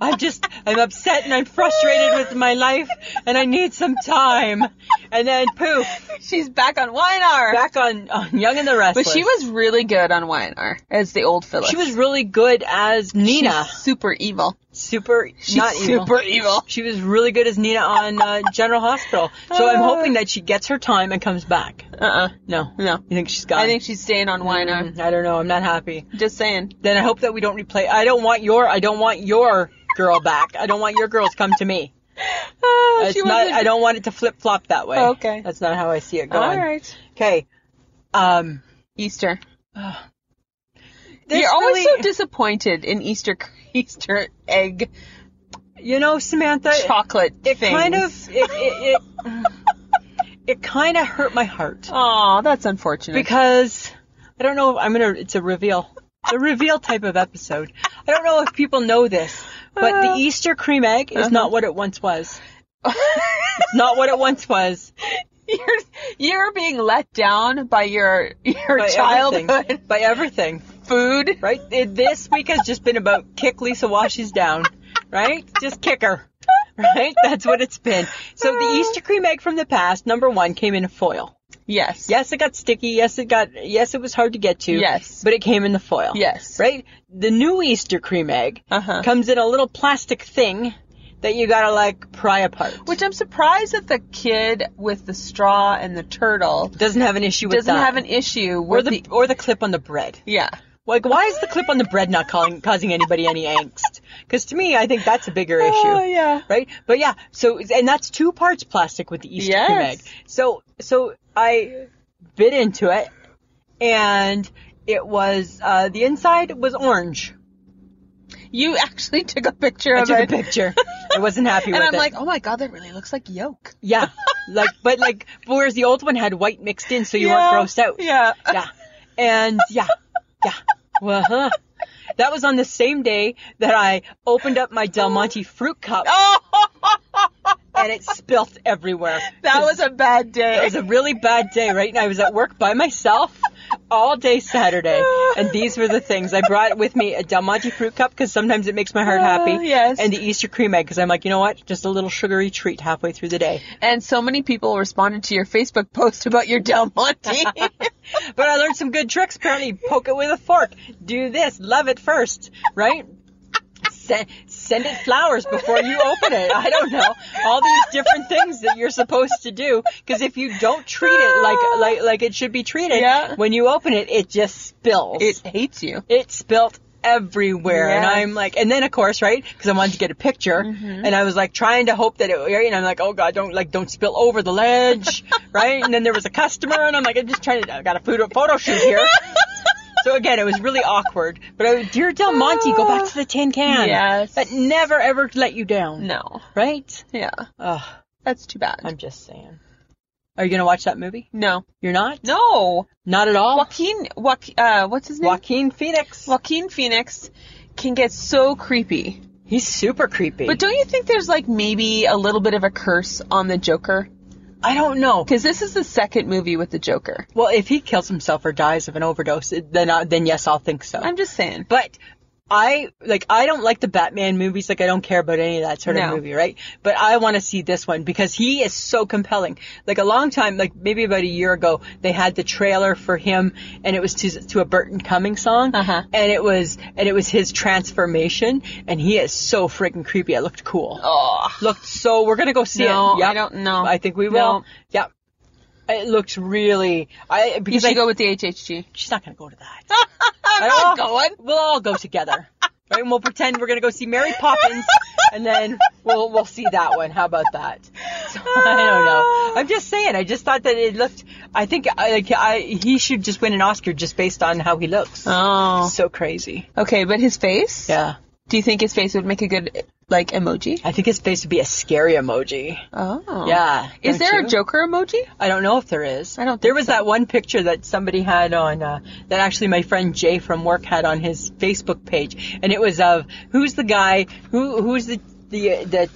Speaker 2: I'm just I'm upset and I'm frustrated with my life, and I need some time. And then poof,
Speaker 1: *laughs* She's back on YNR.
Speaker 2: back on, on Young and the Restless.
Speaker 1: But she was really good on YNR as the old Phyllis.
Speaker 2: she was really good as Nina.
Speaker 1: She's super evil.
Speaker 2: super
Speaker 1: She's
Speaker 2: not evil.
Speaker 1: super
Speaker 2: *laughs*
Speaker 1: evil.
Speaker 2: She was really good as Nina on uh, General Hospital. So I'm hoping that she gets her time and comes back.
Speaker 1: Uh uh
Speaker 2: No,
Speaker 1: No.
Speaker 2: you think she's gone? Mm,
Speaker 1: I think she's staying on YNR.
Speaker 2: I don't know. I'm not happy.
Speaker 1: Just saying.
Speaker 2: Then I hope that we don't replay. I don't want your. I don't want your girl back. I don't want your girls come
Speaker 1: *laughs*
Speaker 2: to me.
Speaker 1: Oh,
Speaker 2: It's not. I don't want it to flip flop that way.
Speaker 1: Okay.
Speaker 2: That's not how I see it going.
Speaker 1: All right.
Speaker 2: Okay. Um.
Speaker 1: Easter.
Speaker 2: there's
Speaker 1: You're always so
Speaker 2: really-
Speaker 1: disappointed in Easter *laughs* Easter egg
Speaker 2: you know, Samantha.
Speaker 1: chocolate
Speaker 2: it
Speaker 1: things.
Speaker 2: kind of. It. It. It, it kind of hurt my heart.
Speaker 1: Aw, that's unfortunate.
Speaker 2: because I don't know. I'm gonna. It's a reveal. It's a reveal type of episode. I don't know if people know this, but the Easter cream egg is not what it once was. It's not what it once was.
Speaker 1: *laughs* you're you're being let down by your your
Speaker 2: By
Speaker 1: childhood
Speaker 2: everything, by everything,
Speaker 1: *laughs* food.
Speaker 2: right? It- this week has just been about kick Lisa washes down, right? Just kick her, right? That's what it's been. So the Easter cream egg from the past, number one, came in a foil.
Speaker 1: Yes.
Speaker 2: Yes, it got sticky. Yes, it got. Yes, it was hard to get to.
Speaker 1: Yes.
Speaker 2: but it came in the foil.
Speaker 1: Yes.
Speaker 2: right? The new Easter cream egg
Speaker 1: Uh-huh.
Speaker 2: comes in a little plastic thing that you gotta like pry apart.
Speaker 1: Which I'm surprised that the kid with the straw and the turtle
Speaker 2: doesn't have an issue with
Speaker 1: doesn't
Speaker 2: that.
Speaker 1: have an issue
Speaker 2: or
Speaker 1: with
Speaker 2: the, or the clip on the bread.
Speaker 1: yeah.
Speaker 2: Like, why is the clip on the bread not calling, causing anybody any angst? Because to me, I think that's a bigger issue.
Speaker 1: *laughs* Oh, yeah.
Speaker 2: Right? But yeah, so, and that's two parts plastic with the Easter
Speaker 1: Yes.
Speaker 2: cream egg. So, so I bit into it and it was, uh, the inside was orange.
Speaker 1: You actually took a picture
Speaker 2: I
Speaker 1: of
Speaker 2: took a
Speaker 1: it. *laughs*
Speaker 2: picture. I wasn't happy
Speaker 1: and
Speaker 2: with
Speaker 1: I'm
Speaker 2: it.
Speaker 1: like, oh my god, that really looks like yolk.
Speaker 2: yeah. Like, but like, whereas the old one had white mixed in so you weren't grossed out.
Speaker 1: Yeah.
Speaker 2: yeah. And yeah, yeah. Uh-huh. That was on the same day that I opened up my Del Monte fruit cup
Speaker 1: *laughs* Oh, *laughs*
Speaker 2: and it spilt everywhere.
Speaker 1: that was a bad day.
Speaker 2: It was a really bad day, right? And I was at work by myself all day Saturday. And these were the things. I brought with me a Del Monte fruit cup because sometimes it makes my heart happy.
Speaker 1: Uh, yes.
Speaker 2: And the Easter cream egg because I'm like, you know what? Just a little sugary treat halfway through the day.
Speaker 1: and so many people responded to your Facebook post about your Del Monte.
Speaker 2: But I learned some good tricks. Apparently, poke it with a fork. Do this. Love it first, right? Send, send it flowers before you open it. I don't know all these different things that you're supposed to do. Because if you don't treat it like like like it should be treated,
Speaker 1: Yeah.
Speaker 2: when you open it, *laughs* it just spills.
Speaker 1: it hates you. *laughs*
Speaker 2: It spilt everywhere and
Speaker 1: Yes. Mm-hmm.
Speaker 2: i'm like and then of course right because i wanted to get a picture and i was like trying to hope that it right and i'm like oh god don't like don't spill over the ledge
Speaker 1: *laughs*
Speaker 2: right and then there was a customer and i'm like i'm just trying to i got a photo, photo
Speaker 1: *laughs*
Speaker 2: shoot here so again it was really awkward but I, dear del monte go back to the tin can
Speaker 1: Yes.
Speaker 2: that never ever let you down
Speaker 1: No.
Speaker 2: right
Speaker 1: Yeah.
Speaker 2: oh
Speaker 1: That's too bad.
Speaker 2: i'm just saying are you gonna watch that movie
Speaker 1: no.
Speaker 2: you're not
Speaker 1: No.
Speaker 2: not at all
Speaker 1: Joaquin, Joaqu- uh, what's his name?
Speaker 2: joaquin phoenix
Speaker 1: Joaquin Phoenix can get so creepy.
Speaker 2: he's super creepy
Speaker 1: But don't you think there's like maybe a little bit of a curse on the Joker?
Speaker 2: i don't know
Speaker 1: Because this is the second movie with the Joker.
Speaker 2: Well, if he kills himself or dies of an overdose, then I, then yes, I'll think so.
Speaker 1: I'm just saying.
Speaker 2: but I like I don't like the Batman movies. Like I don't care about any of that sort
Speaker 1: No.
Speaker 2: of movie, right? But I want to see this one because he is so compelling. Like a long time, like maybe about a year ago, they had the trailer for him, and it was to to a Burton Cummings song,
Speaker 1: Uh-huh.
Speaker 2: and it was and it was his transformation, and he is so freaking creepy. It looked cool.
Speaker 1: Oh.
Speaker 2: Looked so. We're gonna go see
Speaker 1: No,
Speaker 2: it. Yep.
Speaker 1: I don't know.
Speaker 2: I think we
Speaker 1: No.
Speaker 2: will. Yep. It looks really. I
Speaker 1: You
Speaker 2: because
Speaker 1: should
Speaker 2: I Ah.
Speaker 1: go with the HHG.
Speaker 2: She's not going to go to that.
Speaker 1: I'm
Speaker 2: not
Speaker 1: *laughs* going.
Speaker 2: We'll all go *laughs* together. Right? And we'll pretend we're going to go see Mary Poppins and then we'll we'll see that one. How about that? *laughs* So, I don't know. I'm just saying. I just thought that it looked I think I, like, I he should just win an Oscar just based on how he looks.
Speaker 1: Oh.
Speaker 2: So crazy.
Speaker 1: Okay, but his face?
Speaker 2: Yeah.
Speaker 1: Do you think his face would make a good like emoji?
Speaker 2: I think his face would be a scary emoji.
Speaker 1: Oh.
Speaker 2: Yeah.
Speaker 1: Is
Speaker 2: Don't
Speaker 1: there
Speaker 2: you?
Speaker 1: a Joker emoji?
Speaker 2: I don't know if there is.
Speaker 1: I don't think
Speaker 2: There was
Speaker 1: so.
Speaker 2: that one picture that somebody had on uh, that actually my friend Jay from work had on his Facebook page, and it was of who's the guy who who's the the the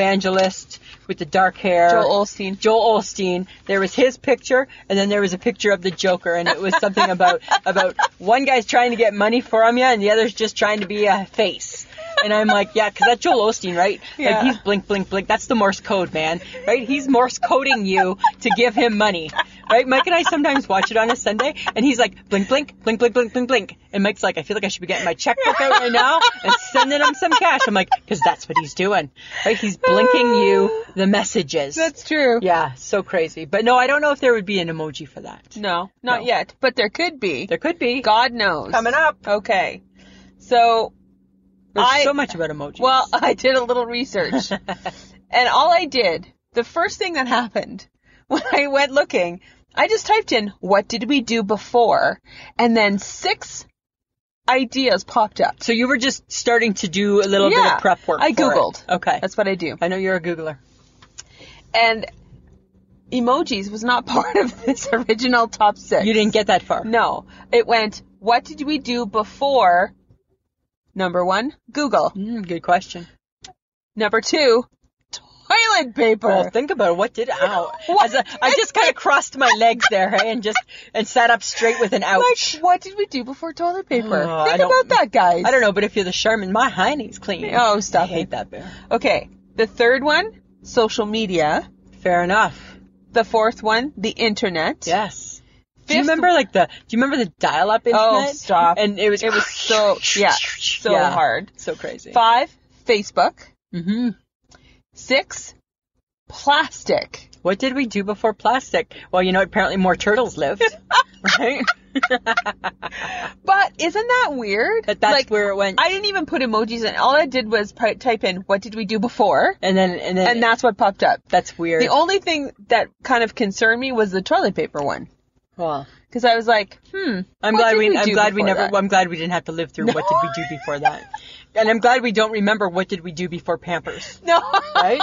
Speaker 2: televangelist with the dark hair.
Speaker 1: Joel Olstein.
Speaker 2: Joel Olstein. There was his picture, and then there was a picture of the Joker, and it was something
Speaker 1: *laughs*
Speaker 2: about about one guy's trying to get money from you, and the other's just trying to be a face. And I'm like, yeah, 'cause that's Joel Osteen, right?
Speaker 1: Yeah.
Speaker 2: Like he's blink, blink, blink. That's the Morse code, man, right? He's Morse coding you to give him money, right? Mike and I sometimes watch it on a Sunday, and he's like, blink, blink, blink, blink, blink, blink, blink. And Mike's like, I feel like I should be getting my checkbook out right now and sending him some cash. I'm like, 'Cause that's what he's doing, right? He's blinking you the messages.
Speaker 1: That's true.
Speaker 2: Yeah, so crazy. But no, I don't know if there would be an emoji for that.
Speaker 1: No, not
Speaker 2: No.
Speaker 1: yet. But there could be.
Speaker 2: There could be.
Speaker 1: God knows.
Speaker 2: Coming up.
Speaker 1: Okay. So
Speaker 2: There's
Speaker 1: I-
Speaker 2: so much about emojis.
Speaker 1: Well, *laughs* I did a little
Speaker 2: *laughs*
Speaker 1: research. and all I did, the first thing that happened *laughs* when I went looking, I just typed in, what did we do before? And then six ideas popped up.
Speaker 2: so you were just starting to do a little bit
Speaker 1: Yeah,
Speaker 2: of prep work.
Speaker 1: I
Speaker 2: for it.
Speaker 1: Googled.
Speaker 2: Okay.
Speaker 1: That's what I do.
Speaker 2: I know you're a Googler.
Speaker 1: And emojis was not *laughs* part of this original top six.
Speaker 2: You didn't get that far.
Speaker 1: No. It went, what did we do before? Number one, Google.
Speaker 2: Mm, good question.
Speaker 1: Number two, toilet paper.
Speaker 2: Well, think about it. Uh, *laughs* What did ow?
Speaker 1: What
Speaker 2: As a, I just kind of crossed my legs there hey, and just and sat up straight with an ouch.
Speaker 1: Like, what did we do before toilet paper?
Speaker 2: Oh, I
Speaker 1: Think
Speaker 2: don't-
Speaker 1: about that, guys.
Speaker 2: I don't know, but if you're the Sherman, my hiney's clean.
Speaker 1: Oh, stop
Speaker 2: I
Speaker 1: it.
Speaker 2: hate that bear.
Speaker 1: Okay. The third one, social media.
Speaker 2: Fair enough.
Speaker 1: The fourth one, the internet.
Speaker 2: Yes. do
Speaker 1: Fifth-
Speaker 2: you remember like the? Do you remember the dial-up internet?
Speaker 1: Oh, stop.
Speaker 2: And it was
Speaker 1: It was
Speaker 2: *laughs*
Speaker 1: so, yeah, so
Speaker 2: Yeah.
Speaker 1: hard.
Speaker 2: so crazy.
Speaker 1: Five, Facebook.
Speaker 2: Mm-hmm.
Speaker 1: Six, plastic.
Speaker 2: What did we do before
Speaker 1: *laughs*
Speaker 2: plastic? Well, you know, apparently more turtles lived, right?
Speaker 1: But Isn't that weird?
Speaker 2: That that's
Speaker 1: like,
Speaker 2: where it went.
Speaker 1: I didn't even put emojis in. All I did was pi- type in "What did we do before,"
Speaker 2: and then and then
Speaker 1: and that's what popped up.
Speaker 2: that's weird.
Speaker 1: The only thing that kind of concerned me was the toilet paper one,
Speaker 2: Well,
Speaker 1: because I was like,
Speaker 2: *laughs*
Speaker 1: "Hmm."
Speaker 2: I'm
Speaker 1: what
Speaker 2: glad
Speaker 1: did
Speaker 2: we, I'm
Speaker 1: do
Speaker 2: glad we
Speaker 1: before
Speaker 2: never
Speaker 1: that?
Speaker 2: I'm glad we didn't have to live through what did we do before that. And I'm glad we don't remember what did we do before Pampers,
Speaker 1: No,
Speaker 2: right?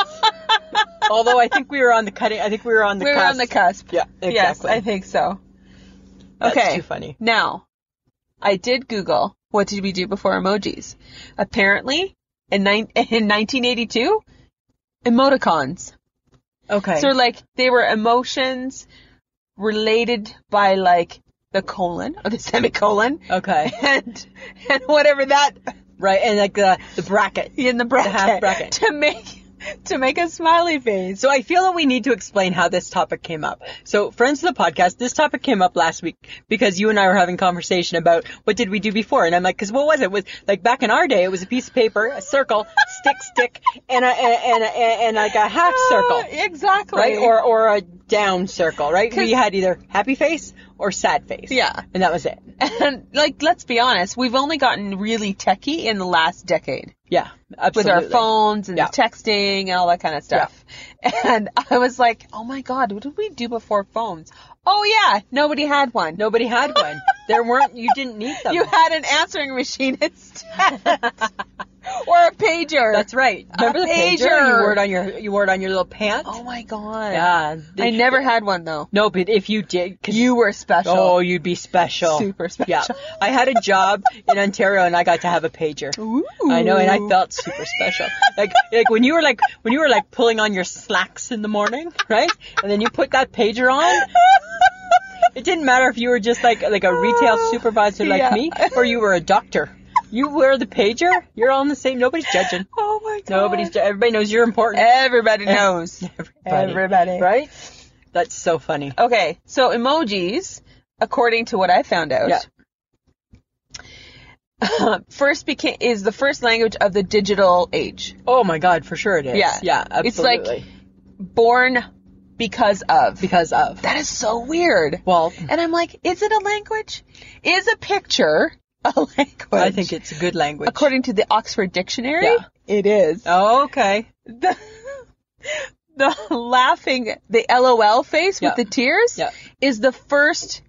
Speaker 2: Although I think we were on the cutting I think we were on
Speaker 1: *laughs*
Speaker 2: the
Speaker 1: we were
Speaker 2: cusp.
Speaker 1: on the cusp.
Speaker 2: Yeah, exactly.
Speaker 1: Yes, I think so.
Speaker 2: That's
Speaker 1: okay.
Speaker 2: too funny.
Speaker 1: Now, I did Google what did we do before emojis. Apparently, in, nine *laughs* in 1982, emoticons.
Speaker 2: Okay.
Speaker 1: So like they were emotions related by like the colon or the *laughs* semicolon
Speaker 2: okay.
Speaker 1: and and whatever that
Speaker 2: Right, and like the the bracket.
Speaker 1: in the bracket,
Speaker 2: half bracket.
Speaker 1: to make to make a smiley face.
Speaker 2: So I feel that we need to explain how this topic came up. So friends of the podcast, this topic came up last week because you and I were having conversation about what did we do before, and I'm like, because what was it? it? Was like back in our day, it was a piece of paper, a circle, stick, stick, and a and a, and, a, and like a half circle,
Speaker 1: Ah, *laughs* exactly.
Speaker 2: right? Or or a down circle, right? We
Speaker 1: 'Cause-
Speaker 2: had either happy face or sad face.
Speaker 1: Yeah.
Speaker 2: and that was it.
Speaker 1: and like let's be honest, we've only gotten really techie in the last decade.
Speaker 2: Yeah,
Speaker 1: with
Speaker 2: absolutely.
Speaker 1: our phones and
Speaker 2: Yeah.
Speaker 1: texting and all that kind of stuff. *laughs* And I was like, oh my God, what did we do before phones? Oh yeah, nobody had one.
Speaker 2: Nobody had one. There weren't. You
Speaker 1: *laughs*
Speaker 2: didn't need them.
Speaker 1: You had an answering machine *laughs* instead. or a pager.
Speaker 2: That's right. Remember the pager
Speaker 1: pager.
Speaker 2: you wore it on your you wore it on your little pants.
Speaker 1: oh my God.
Speaker 2: Yeah,
Speaker 1: I never had one though.
Speaker 2: No, but if you did, 'cause-
Speaker 1: You were special.
Speaker 2: oh, you'd be special.
Speaker 1: Super special.
Speaker 2: Yeah, I had a job in Ontario and I got to have a pager.
Speaker 1: Ooh.
Speaker 2: I know, and I
Speaker 1: *laughs*
Speaker 2: felt super special. Like, like when you were like when you were like pulling on your slacks in the morning, right? And then you put that pager on. It didn't matter if you were just like like a *laughs* retail supervisor like
Speaker 1: Yeah.
Speaker 2: me or you were a doctor. You wear the pager. You're all in the same. Nobody's judging.
Speaker 1: Oh my God.
Speaker 2: Nobody's. ju- Everybody knows you're important.
Speaker 1: Everybody knows.
Speaker 2: Everybody. Right? That's so funny.
Speaker 1: Okay, so emojis, according to what I found out, *laughs* first became is the first language of the digital age,
Speaker 2: Oh my God, for sure it is.
Speaker 1: Yeah.
Speaker 2: Yeah,
Speaker 1: It's like-
Speaker 2: absolutely.
Speaker 1: born because of.
Speaker 2: because of.
Speaker 1: that is so weird.
Speaker 2: Well,
Speaker 1: And I'm like, is it a language? Is a picture a *laughs* language?
Speaker 2: I think it's a good language.
Speaker 1: according to the Oxford Dictionary,
Speaker 2: Yeah.
Speaker 1: it is.
Speaker 2: oh, okay.
Speaker 1: The, the laughing, the LOL face
Speaker 2: Yeah.
Speaker 1: with the tears
Speaker 2: Yeah.
Speaker 1: is the first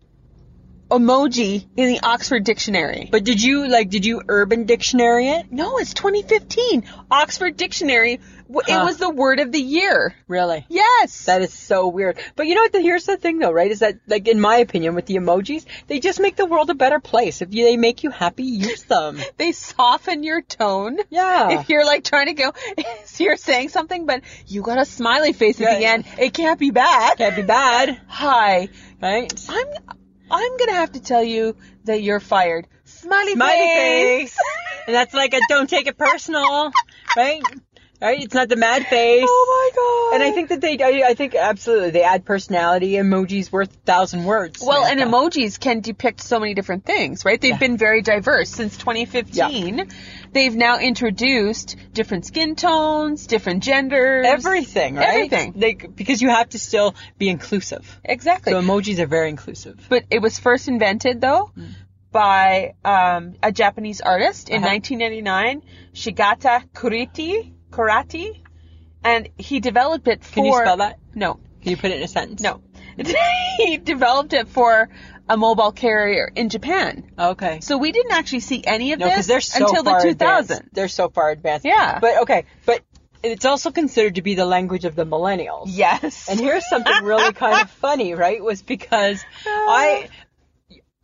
Speaker 1: emoji in the Oxford Dictionary.
Speaker 2: But did you like? Did you Urban Dictionary it?
Speaker 1: No, it's 2015. Oxford Dictionary. w
Speaker 2: Huh.
Speaker 1: It was the word of the year.
Speaker 2: Really?
Speaker 1: Yes.
Speaker 2: That is so weird. But you know what? The, here's the thing, though, right? Is that like in my opinion, with the emojis, they just make the world a better place. If you, they make you happy, use
Speaker 1: *laughs*
Speaker 2: them.
Speaker 1: they soften your tone.
Speaker 2: Yeah.
Speaker 1: If you're like trying to go, *laughs* you're saying something, but you got a smiley face at the
Speaker 2: Yeah.
Speaker 1: end. It can't be bad.
Speaker 2: Can't be bad,
Speaker 1: Hi, *laughs*
Speaker 2: right?
Speaker 1: I'm. I'm gonna have to tell you that you're fired. Smiley,
Speaker 2: Smiley
Speaker 1: face.
Speaker 2: face.
Speaker 1: *laughs*
Speaker 2: And that's like a don't take it personal, right? Right? It's not the mad face.
Speaker 1: Oh my
Speaker 2: And
Speaker 1: god.
Speaker 2: I think that they, I, I think absolutely, they add personality. Emojis worth a thousand words.
Speaker 1: Well, and
Speaker 2: Samantha.
Speaker 1: emojis can depict so many different things, right? They've
Speaker 2: Yeah.
Speaker 1: been very diverse since 2015. They've now introduced different skin tones, different genders.
Speaker 2: everything, right?
Speaker 1: Everything.
Speaker 2: They, because you have to still be inclusive.
Speaker 1: Exactly.
Speaker 2: So emojis are very inclusive.
Speaker 1: but it was first invented, though, by um, a Japanese artist in
Speaker 2: Mm. Uh-huh.
Speaker 1: 1999, Shigata Kuriti, Kurati. And he developed it for.
Speaker 2: Can you spell that?
Speaker 1: No.
Speaker 2: Can you put it in a sentence?
Speaker 1: No. *laughs* he developed it for a mobile carrier in Japan.
Speaker 2: Okay.
Speaker 1: So we didn't actually see any of
Speaker 2: No,
Speaker 1: this
Speaker 2: because they're so
Speaker 1: until
Speaker 2: far
Speaker 1: the 2000s.
Speaker 2: advanced. They're so far advanced.
Speaker 1: Yeah.
Speaker 2: But okay, but it's also considered to be the language of the millennials.
Speaker 1: Yes.
Speaker 2: And here's something really kind of funny, right? Was because I,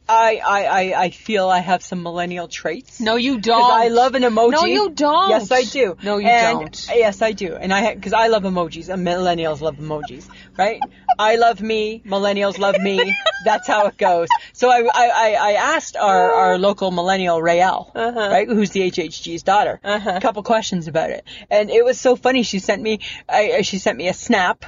Speaker 2: I, I, I, I feel I have some millennial traits.
Speaker 1: no, you don't.
Speaker 2: Because I love an emoji.
Speaker 1: No, you don't.
Speaker 2: Yes, I do.
Speaker 1: No, you
Speaker 2: And-
Speaker 1: don't.
Speaker 2: Yes, I do. And I because I love emojis. And millennials love emojis, right? I love me. Millennials love me. That's how it goes. So I I, I, I asked our, our local millennial Rael,
Speaker 1: Uh-huh.
Speaker 2: right, who's the HHG's daughter,
Speaker 1: Uh-huh.
Speaker 2: a couple questions about it, and it was so funny. She sent me I, I- she sent me a snap,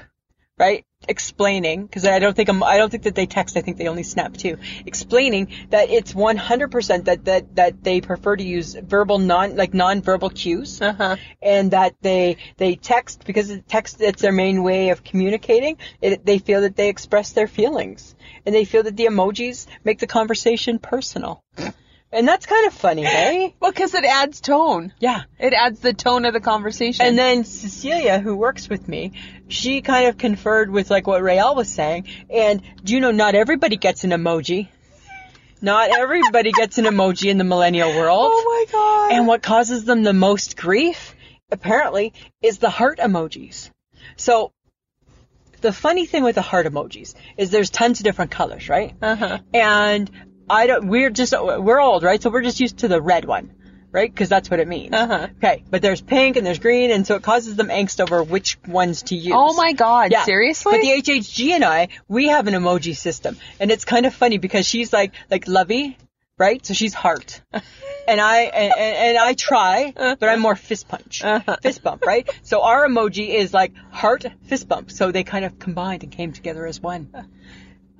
Speaker 2: right? Explaining because I don't think I'm, I don't think that they text. I think they only snap too. Explaining that it's 100% that that that they prefer to use verbal non like non-verbal cues,
Speaker 1: Uh-huh.
Speaker 2: and that they they text because it- text it's their main way of communicating. It, they feel that they express their feelings, and they feel that the emojis make the conversation personal. And that's kind of funny, hey?
Speaker 1: Well, because it adds tone.
Speaker 2: Yeah.
Speaker 1: It adds the tone of the conversation.
Speaker 2: And then Cecilia, who works with me, she kind of conferred with like what Rayel was saying. And do you know not everybody gets an emoji? Not everybody gets an emoji in the millennial
Speaker 1: *laughs*
Speaker 2: world.
Speaker 1: oh my god.
Speaker 2: And what causes them the most grief, apparently, is the heart emojis. So, the funny thing with the heart emojis is there's tons of different colors, right?
Speaker 1: Uh-huh.
Speaker 2: And I don't, we're just, we're old, right? So we're just used to the red one, right? Because that's what it means.
Speaker 1: Uh-huh.
Speaker 2: Okay. But there's pink and there's green, and so it causes them angst over which ones to use.
Speaker 1: Oh my god.
Speaker 2: Yeah.
Speaker 1: Seriously?
Speaker 2: But the HHG and I, we have an emoji system, and it's kind of funny because she's like like lovey, right? So
Speaker 1: *laughs*
Speaker 2: she's heart, and I and, and, and I try,
Speaker 1: Uh-huh.
Speaker 2: but I'm more fist punch, fist bump, right? So our emoji is like heart fist bump. So they kind of combined and came together as one.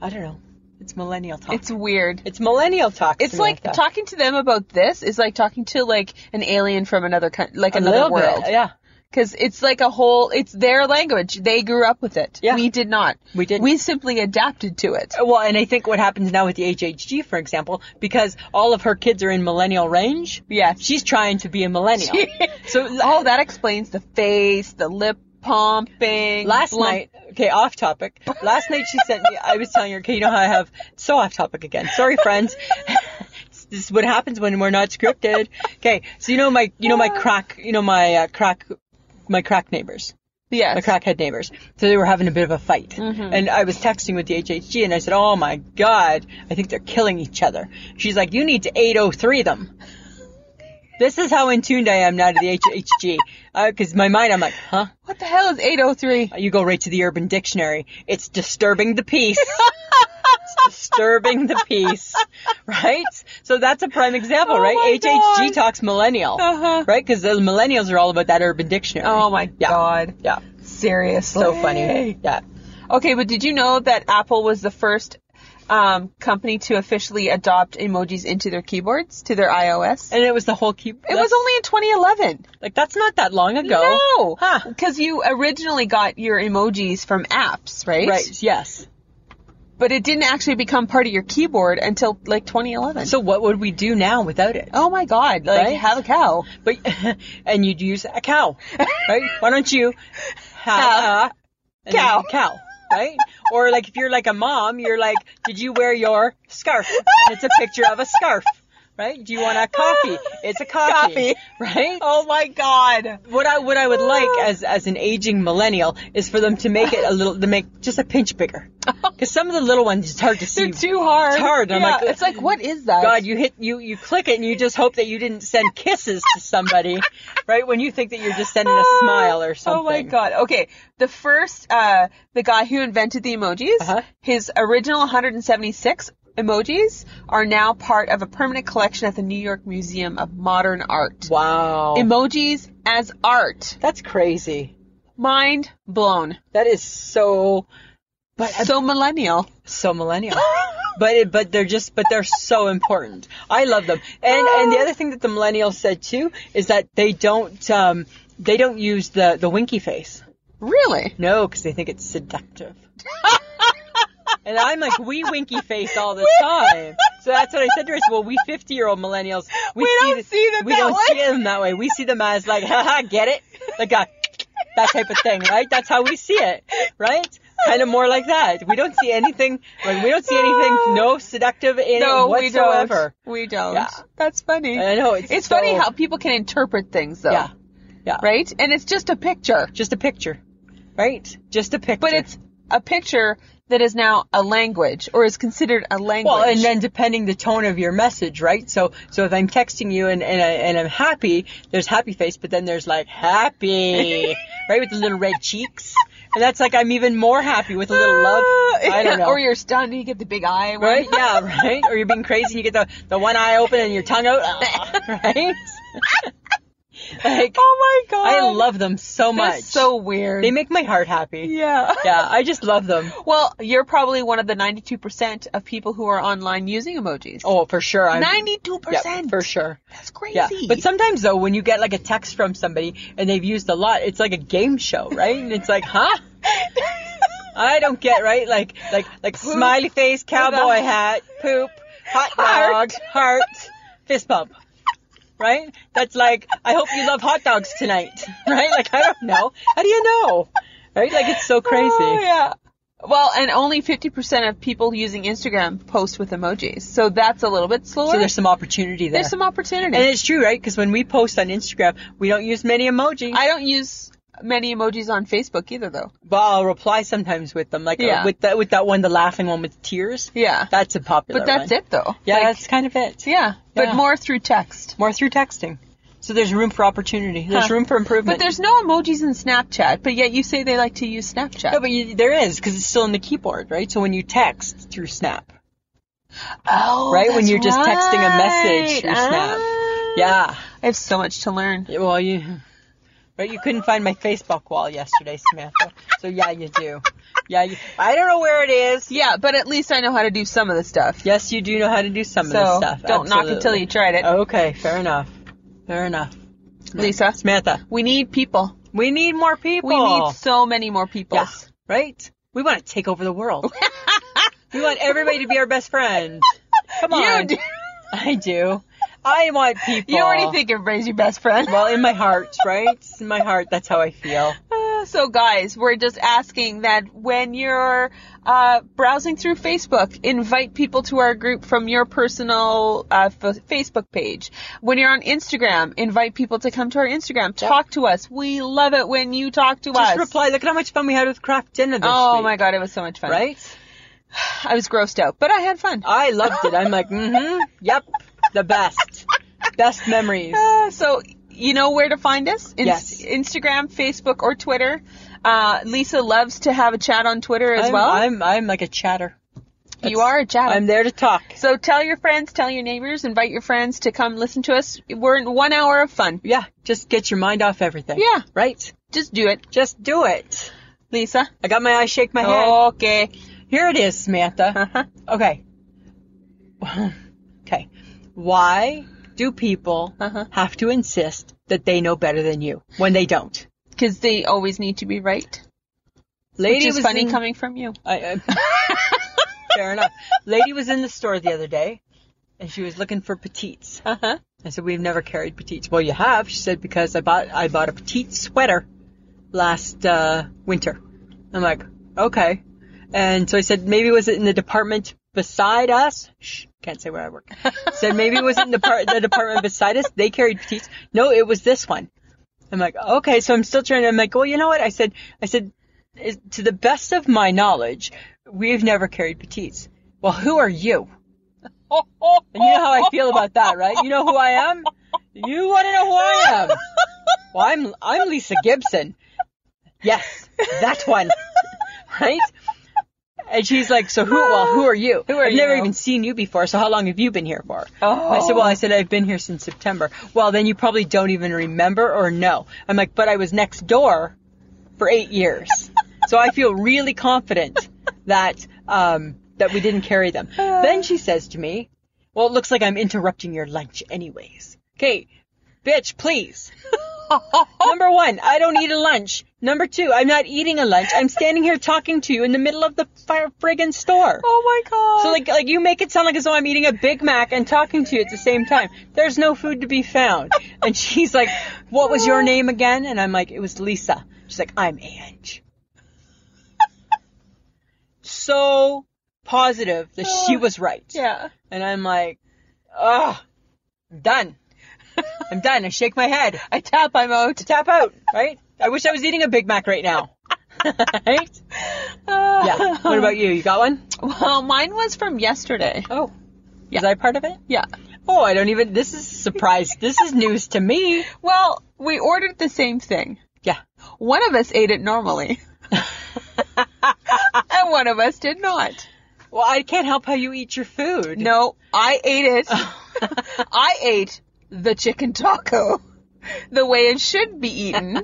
Speaker 2: I don't know. It's millennial talk.
Speaker 1: it's weird.
Speaker 2: It's millennial talk. to
Speaker 1: It's
Speaker 2: me
Speaker 1: like
Speaker 2: that.
Speaker 1: talking to them about this is like talking to like an alien from another country, like
Speaker 2: a
Speaker 1: another
Speaker 2: little
Speaker 1: world.
Speaker 2: bit. Yeah.
Speaker 1: Cause it's like a whole, it's their language. They grew up with it.
Speaker 2: Yeah.
Speaker 1: We did not.
Speaker 2: We Oh. didn't.
Speaker 1: We simply adapted to it.
Speaker 2: Well, and I think what happens now with the HHG, for example, because all of her kids are in millennial range.
Speaker 1: Yes.
Speaker 2: She's trying to be a millennial.
Speaker 1: so, *laughs* oh, that explains the face, the lip pumping.
Speaker 2: Last
Speaker 1: lump-
Speaker 2: night, okay, off topic. Last night she sent me, I was telling her, okay, you know how I have, so off topic again. Sorry, friends. *laughs* this is what happens when we're not scripted. Okay, so you know my, you know my crack, you know my uh, crack, my crack neighbors
Speaker 1: Yes.
Speaker 2: the crackhead neighbors. So they were having a bit of a fight.
Speaker 1: Mm-hmm.
Speaker 2: And I was texting with the HHG and I said, Oh my God, I think they're killing each other. She's like, You need to 803 them. This is how in tuned I am now to the HHG. Because Uh, my mind, I'm like, Huh?
Speaker 1: What the hell is 803?
Speaker 2: You go right to the Urban Dictionary. It's disturbing
Speaker 1: *laughs*
Speaker 2: the peace. It's disturbing the peace, right? So that's a prime example,
Speaker 1: Oh my
Speaker 2: right? HHG
Speaker 1: God.
Speaker 2: talks millennial,
Speaker 1: Uh-huh.
Speaker 2: right? Because those millennials are all about that Urban Dictionary.
Speaker 1: Oh my
Speaker 2: Yeah.
Speaker 1: god.
Speaker 2: Yeah.
Speaker 1: Seriously.
Speaker 2: So funny. Yeah.
Speaker 1: Okay, but did you know that Apple was the first um, company to officially adopt emojis into their keyboards, to their iOS?
Speaker 2: And it was the whole keep.
Speaker 1: it was only in 2011.
Speaker 2: like that's not that long ago.
Speaker 1: No,
Speaker 2: Huh.
Speaker 1: because you originally got your emojis from apps, right?
Speaker 2: Right. Yes.
Speaker 1: But it didn't actually become part of your keyboard until like 2011.
Speaker 2: So what would we do now without it?
Speaker 1: oh my God, like
Speaker 2: Right?
Speaker 1: have a cow.
Speaker 2: But and you'd use a cow, *laughs* right? Why don't you have
Speaker 1: Have
Speaker 2: a and then
Speaker 1: cow.
Speaker 2: a cow, right? Or like if you're like a mom, you're like, did you wear your scarf? And it's a picture of a scarf, right? Do you want a coffee? It's a
Speaker 1: Coffee.
Speaker 2: coffee, right?
Speaker 1: Oh my God.
Speaker 2: What I what I would like
Speaker 1: Oh.
Speaker 2: as as an aging millennial is for them to make it a little to make just a pinch bigger, because some of the little ones it's hard to see.
Speaker 1: Oh. They're too hard.
Speaker 2: It's hard. I'm
Speaker 1: Yeah,
Speaker 2: like,
Speaker 1: it's like, what is that?
Speaker 2: God, you hit you you click it and you just hope that you didn't send kisses to
Speaker 1: *laughs*
Speaker 2: somebody, right? When you think that you're just sending a smile or something.
Speaker 1: Oh my god. Okay. The first uh the guy who invented the emojis,
Speaker 2: Uh-huh.
Speaker 1: his original 176 emojis are now part of a permanent collection at the New York Museum of Modern Art.
Speaker 2: Wow.
Speaker 1: Emojis as art.
Speaker 2: That's crazy.
Speaker 1: Mind blown.
Speaker 2: That is so but
Speaker 1: so
Speaker 2: *laughs*
Speaker 1: millennial.
Speaker 2: so millennial. But it, but they're just but they're so important. I love them. And and the
Speaker 1: Ah.
Speaker 2: other thing that the millennials said too is that they don't um they don't use the the winky face.
Speaker 1: Really?
Speaker 2: No, because they think it's
Speaker 1: *laughs*
Speaker 2: seductive. and I'm like, we winky face all the time. So that's what I said to her. I said, well, we 50 year old millennials, we,
Speaker 1: don't see them
Speaker 2: we
Speaker 1: that
Speaker 2: don't
Speaker 1: way.
Speaker 2: see them that way. We see them as like, *laughs* haha, get it? Like a, that type of thing, right? That's how we see it, right? Kind of more like that. We don't see anything, like we don't see anything, no seductive in
Speaker 1: No,
Speaker 2: it whatsoever.
Speaker 1: we don't. We don't.
Speaker 2: Yeah. Uh,
Speaker 1: That's funny.
Speaker 2: I know it's
Speaker 1: It's
Speaker 2: so-
Speaker 1: funny how people can interpret things though.
Speaker 2: yeah,
Speaker 1: Right? And it's just a picture.
Speaker 2: just a picture, right? Just a picture.
Speaker 1: But it's a picture that is now a language or is considered a language.
Speaker 2: Well, and then depending the tone of your message, right? So, so if I'm texting you and and, I, and I'm happy, there's happy face, but then there's like *laughs* happy, right, with the little red cheeks, and that's like I'm even more happy with a little love. I don't know.
Speaker 1: Ah, or you're stunned and you get the big eye. one.
Speaker 2: Right?
Speaker 1: *laughs*
Speaker 2: Yeah, right? Or you're being crazy and you get the, the one eye open and your tongue out, ah, *laughs* right? like,
Speaker 1: *laughs* Oh my god.
Speaker 2: I love them so
Speaker 1: They're
Speaker 2: much.
Speaker 1: so weird.
Speaker 2: they make my heart happy.
Speaker 1: yeah.
Speaker 2: Yeah, I just love them.
Speaker 1: *laughs* Well, you're probably one of the 92% of people who are online using emojis.
Speaker 2: Oh, for sure. I'm,
Speaker 1: 92%.
Speaker 2: yeah, for sure.
Speaker 1: That's crazy.
Speaker 2: Yeah.
Speaker 1: *laughs*
Speaker 2: But sometimes though, when you get like a text from somebody and they've used a lot, it's like a game show, right? And it's like, huh? I don't get right. Like, like, like smiley face, cowboy hat, poop, hot
Speaker 1: Heart.
Speaker 2: dog, heart, fist bump. Right? That's like, I hope you love hot dogs tonight. *laughs* Right? Like, I don't know. How do you know? Right? Like, it's so crazy.
Speaker 1: Oh, yeah. Well, and only 50% of people using Instagram post with emojis. So that's a little bit slower.
Speaker 2: So there's some opportunity there.
Speaker 1: There's some opportunity.
Speaker 2: and it's true, right? Because when we post on Instagram, we don't use many emojis.
Speaker 1: I don't use many emojis on Facebook either, though.
Speaker 2: but I'll reply sometimes with them, like uh,
Speaker 1: Yeah.
Speaker 2: with that with that one, the laughing one with tears.
Speaker 1: Yeah.
Speaker 2: That's a popular.
Speaker 1: but that's
Speaker 2: one.
Speaker 1: it, though.
Speaker 2: Yeah,
Speaker 1: Like,
Speaker 2: that's kind of it.
Speaker 1: yeah.
Speaker 2: Yeah.
Speaker 1: But more through text.
Speaker 2: More through texting. So there's room for opportunity. There's
Speaker 1: Huh.
Speaker 2: room for
Speaker 1: But
Speaker 2: improvement.
Speaker 1: there's no emojis in Snapchat, but yet you say they like to use Snapchat.
Speaker 2: no, but you, there is because it's still in the keyboard, right? So when you text through Snap,
Speaker 1: oh,
Speaker 2: right, when
Speaker 1: that's
Speaker 2: you're just texting a message through
Speaker 1: right.
Speaker 2: Snap.
Speaker 1: Ah.
Speaker 2: yeah.
Speaker 1: I have so much to learn.
Speaker 2: Yeah, Well, you, right? You couldn't find my Facebook wall yesterday, Samantha. So yeah, you do. Yeah, you, I don't know where it is.
Speaker 1: Yeah, but at least I know how to do some of the stuff.
Speaker 2: Yes, you do know how to do some of this
Speaker 1: so
Speaker 2: stuff.
Speaker 1: don't knock it till
Speaker 2: Absolutely.
Speaker 1: you tried it.
Speaker 2: Okay, fair enough. Fair enough. Oh.
Speaker 1: Lisa,
Speaker 2: Samantha,
Speaker 1: we need people.
Speaker 2: we need more people.
Speaker 1: We need so many more people.
Speaker 2: Yeah,
Speaker 1: *laughs*
Speaker 2: right? We want to take over the world. we want everybody to be our best friend.
Speaker 1: *laughs*
Speaker 2: Come on.
Speaker 1: You do.
Speaker 2: *laughs* I do. I want people.
Speaker 1: You already think everybody's your best friend.
Speaker 2: *laughs* Well, in my heart, right? In my heart, that's how I feel.
Speaker 1: *laughs* Uh, so guys, we're just asking that when you're uh, browsing through Facebook, invite people to our group from your personal uh, f- Facebook page. When you're on Instagram, invite people to come to our Instagram. Talk to us. We love it when you talk to
Speaker 2: Just
Speaker 1: us.
Speaker 2: reply. Look at how much fun we had with craft dinner this
Speaker 1: oh
Speaker 2: week.
Speaker 1: my god, it was so much fun.
Speaker 2: Right?
Speaker 1: I was grossed out, but I had fun.
Speaker 2: I loved it. I'm like, mm-hmm. Yep. The best. Best memories.
Speaker 1: Uh, so you know where to find us? Ins-
Speaker 2: Yes.
Speaker 1: Instagram, Facebook, or Twitter. Uh, Lisa loves to have a chat on Twitter *laughs* as
Speaker 2: I'm,
Speaker 1: well.
Speaker 2: I'm I'm like a chatter.
Speaker 1: you are a chatter.
Speaker 2: I'm there to talk.
Speaker 1: So tell your friends, tell your neighbors, invite your friends to come listen to us. We're in one hour of fun.
Speaker 2: Yeah, just get your mind off everything.
Speaker 1: Yeah.
Speaker 2: Right?
Speaker 1: Just do it,
Speaker 2: Just do it.
Speaker 1: Lisa.
Speaker 2: I got my eyes shake
Speaker 1: Oh,
Speaker 2: my head.
Speaker 1: Okay.
Speaker 2: Here it is, Samantha.
Speaker 1: Uh-huh.
Speaker 2: Okay. *laughs* okay. Why do people
Speaker 1: Uh-huh.
Speaker 2: have to insist that they know better than you when they don't?
Speaker 1: Because they always need to be right.
Speaker 2: Lady
Speaker 1: Which is
Speaker 2: was
Speaker 1: funny
Speaker 2: in-
Speaker 1: coming from you.
Speaker 2: I, *laughs* I, fair enough. Lady was in the store the other day, and she was looking for petites.
Speaker 1: Uh *laughs* huh.
Speaker 2: I said, "We've never carried petites." Well, you have, she said, because I bought I bought a petite sweater last uh, winter. I'm like, okay, and so I said, maybe was it in the department beside us? Shh, can't say where I work. said maybe it was in the part the department beside us. They carried petites. No, it was this one. I'm like, okay, so I'm still trying. to, I'm like, well, you know what? I said, I said, "Is- to the best of my knowledge, we've never carried petites. Well, who are you? And you know how I feel about that, right? You know who I am? You want to know who I am? Well, I'm I'm Lisa Gibson. Yes, that one, right? And she's like, so who? Well, who are you?
Speaker 1: Who are
Speaker 2: I've never
Speaker 1: you?
Speaker 2: even seen you before. So how long have you been here for?
Speaker 1: Oh.
Speaker 2: I said, well, *laughs* I said I've been here since September. Well, then you probably don't even remember or know. I'm like, but I was next door for eight years, so I feel really confident that um, that we didn't carry them. then she says to me, well, it looks like I'm interrupting your lunch anyways. Okay, bitch, please. Number one, I don't eat a lunch. Number two, I'm not eating a lunch. I'm standing here talking to you in the middle of the fire friggin' store.
Speaker 1: Oh my god.
Speaker 2: So like like you make it sound like as though I'm eating a Big Mac and talking to you at the same time. There's no food to be found. And she's like, "What was your name again?" And I'm like, "It was Lisa." She's like, "I'm Ange." So positive that she was right.
Speaker 1: yeah.
Speaker 2: And I'm like, "Ugh, I'm done. I'm done." I shake my head.
Speaker 1: I tap. I'm out.
Speaker 2: Tap out. Right? I wish I was eating a Big Mac right now. *laughs* right? Yeah. *laughs* What about you? You got one?
Speaker 1: Well, mine was from yesterday.
Speaker 2: Oh.
Speaker 1: Yeah.
Speaker 2: Was I part of it?
Speaker 1: Yeah.
Speaker 2: Oh, I don't even. This is a surprise. this is news to me.
Speaker 1: Well, we ordered the same thing.
Speaker 2: Yeah.
Speaker 1: One of us ate it normally, *laughs* and one of us did not.
Speaker 2: Well, I can't help how you eat your food.
Speaker 1: No, I ate it. I ate the chicken taco the way it should be eaten,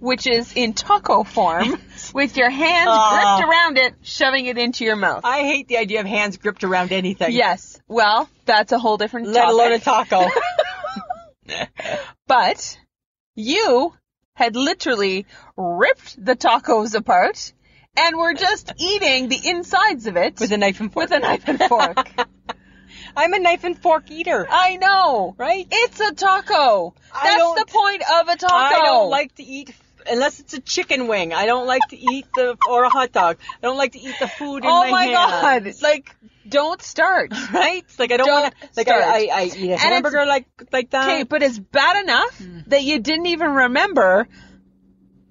Speaker 1: which is in taco form, with your hands
Speaker 2: Ah.
Speaker 1: gripped around it, shoving it into your mouth.
Speaker 2: *laughs* I hate the idea of hands gripped around anything.
Speaker 1: Yes. Well, that's a whole different
Speaker 2: Let
Speaker 1: topic.
Speaker 2: alone a *laughs* taco.
Speaker 1: *laughs* but you had literally ripped the tacos apart
Speaker 2: *laughs*
Speaker 1: and were just eating the insides of it
Speaker 2: With a knife and fork.
Speaker 1: with a knife and fork.
Speaker 2: *laughs* I'm a knife and fork eater,
Speaker 1: I know.
Speaker 2: right?
Speaker 1: It's a taco.
Speaker 2: I
Speaker 1: That's
Speaker 2: don't-
Speaker 1: the point of a taco.
Speaker 2: I don't like to eat f- unless it's a chicken wing. I don't like to eat the or a hot dog. I don't like to eat the food in
Speaker 1: Oh
Speaker 2: my,
Speaker 1: my
Speaker 2: hand. Uh,
Speaker 1: god! Like, don't start.
Speaker 2: *laughs* Right? Like I don't,
Speaker 1: Don't
Speaker 2: want to. Like
Speaker 1: start.
Speaker 2: I, I, I eat a
Speaker 1: it's-
Speaker 2: hamburger like like that.
Speaker 1: Okay, but it's bad enough
Speaker 2: hmm.
Speaker 1: that you didn't even remember.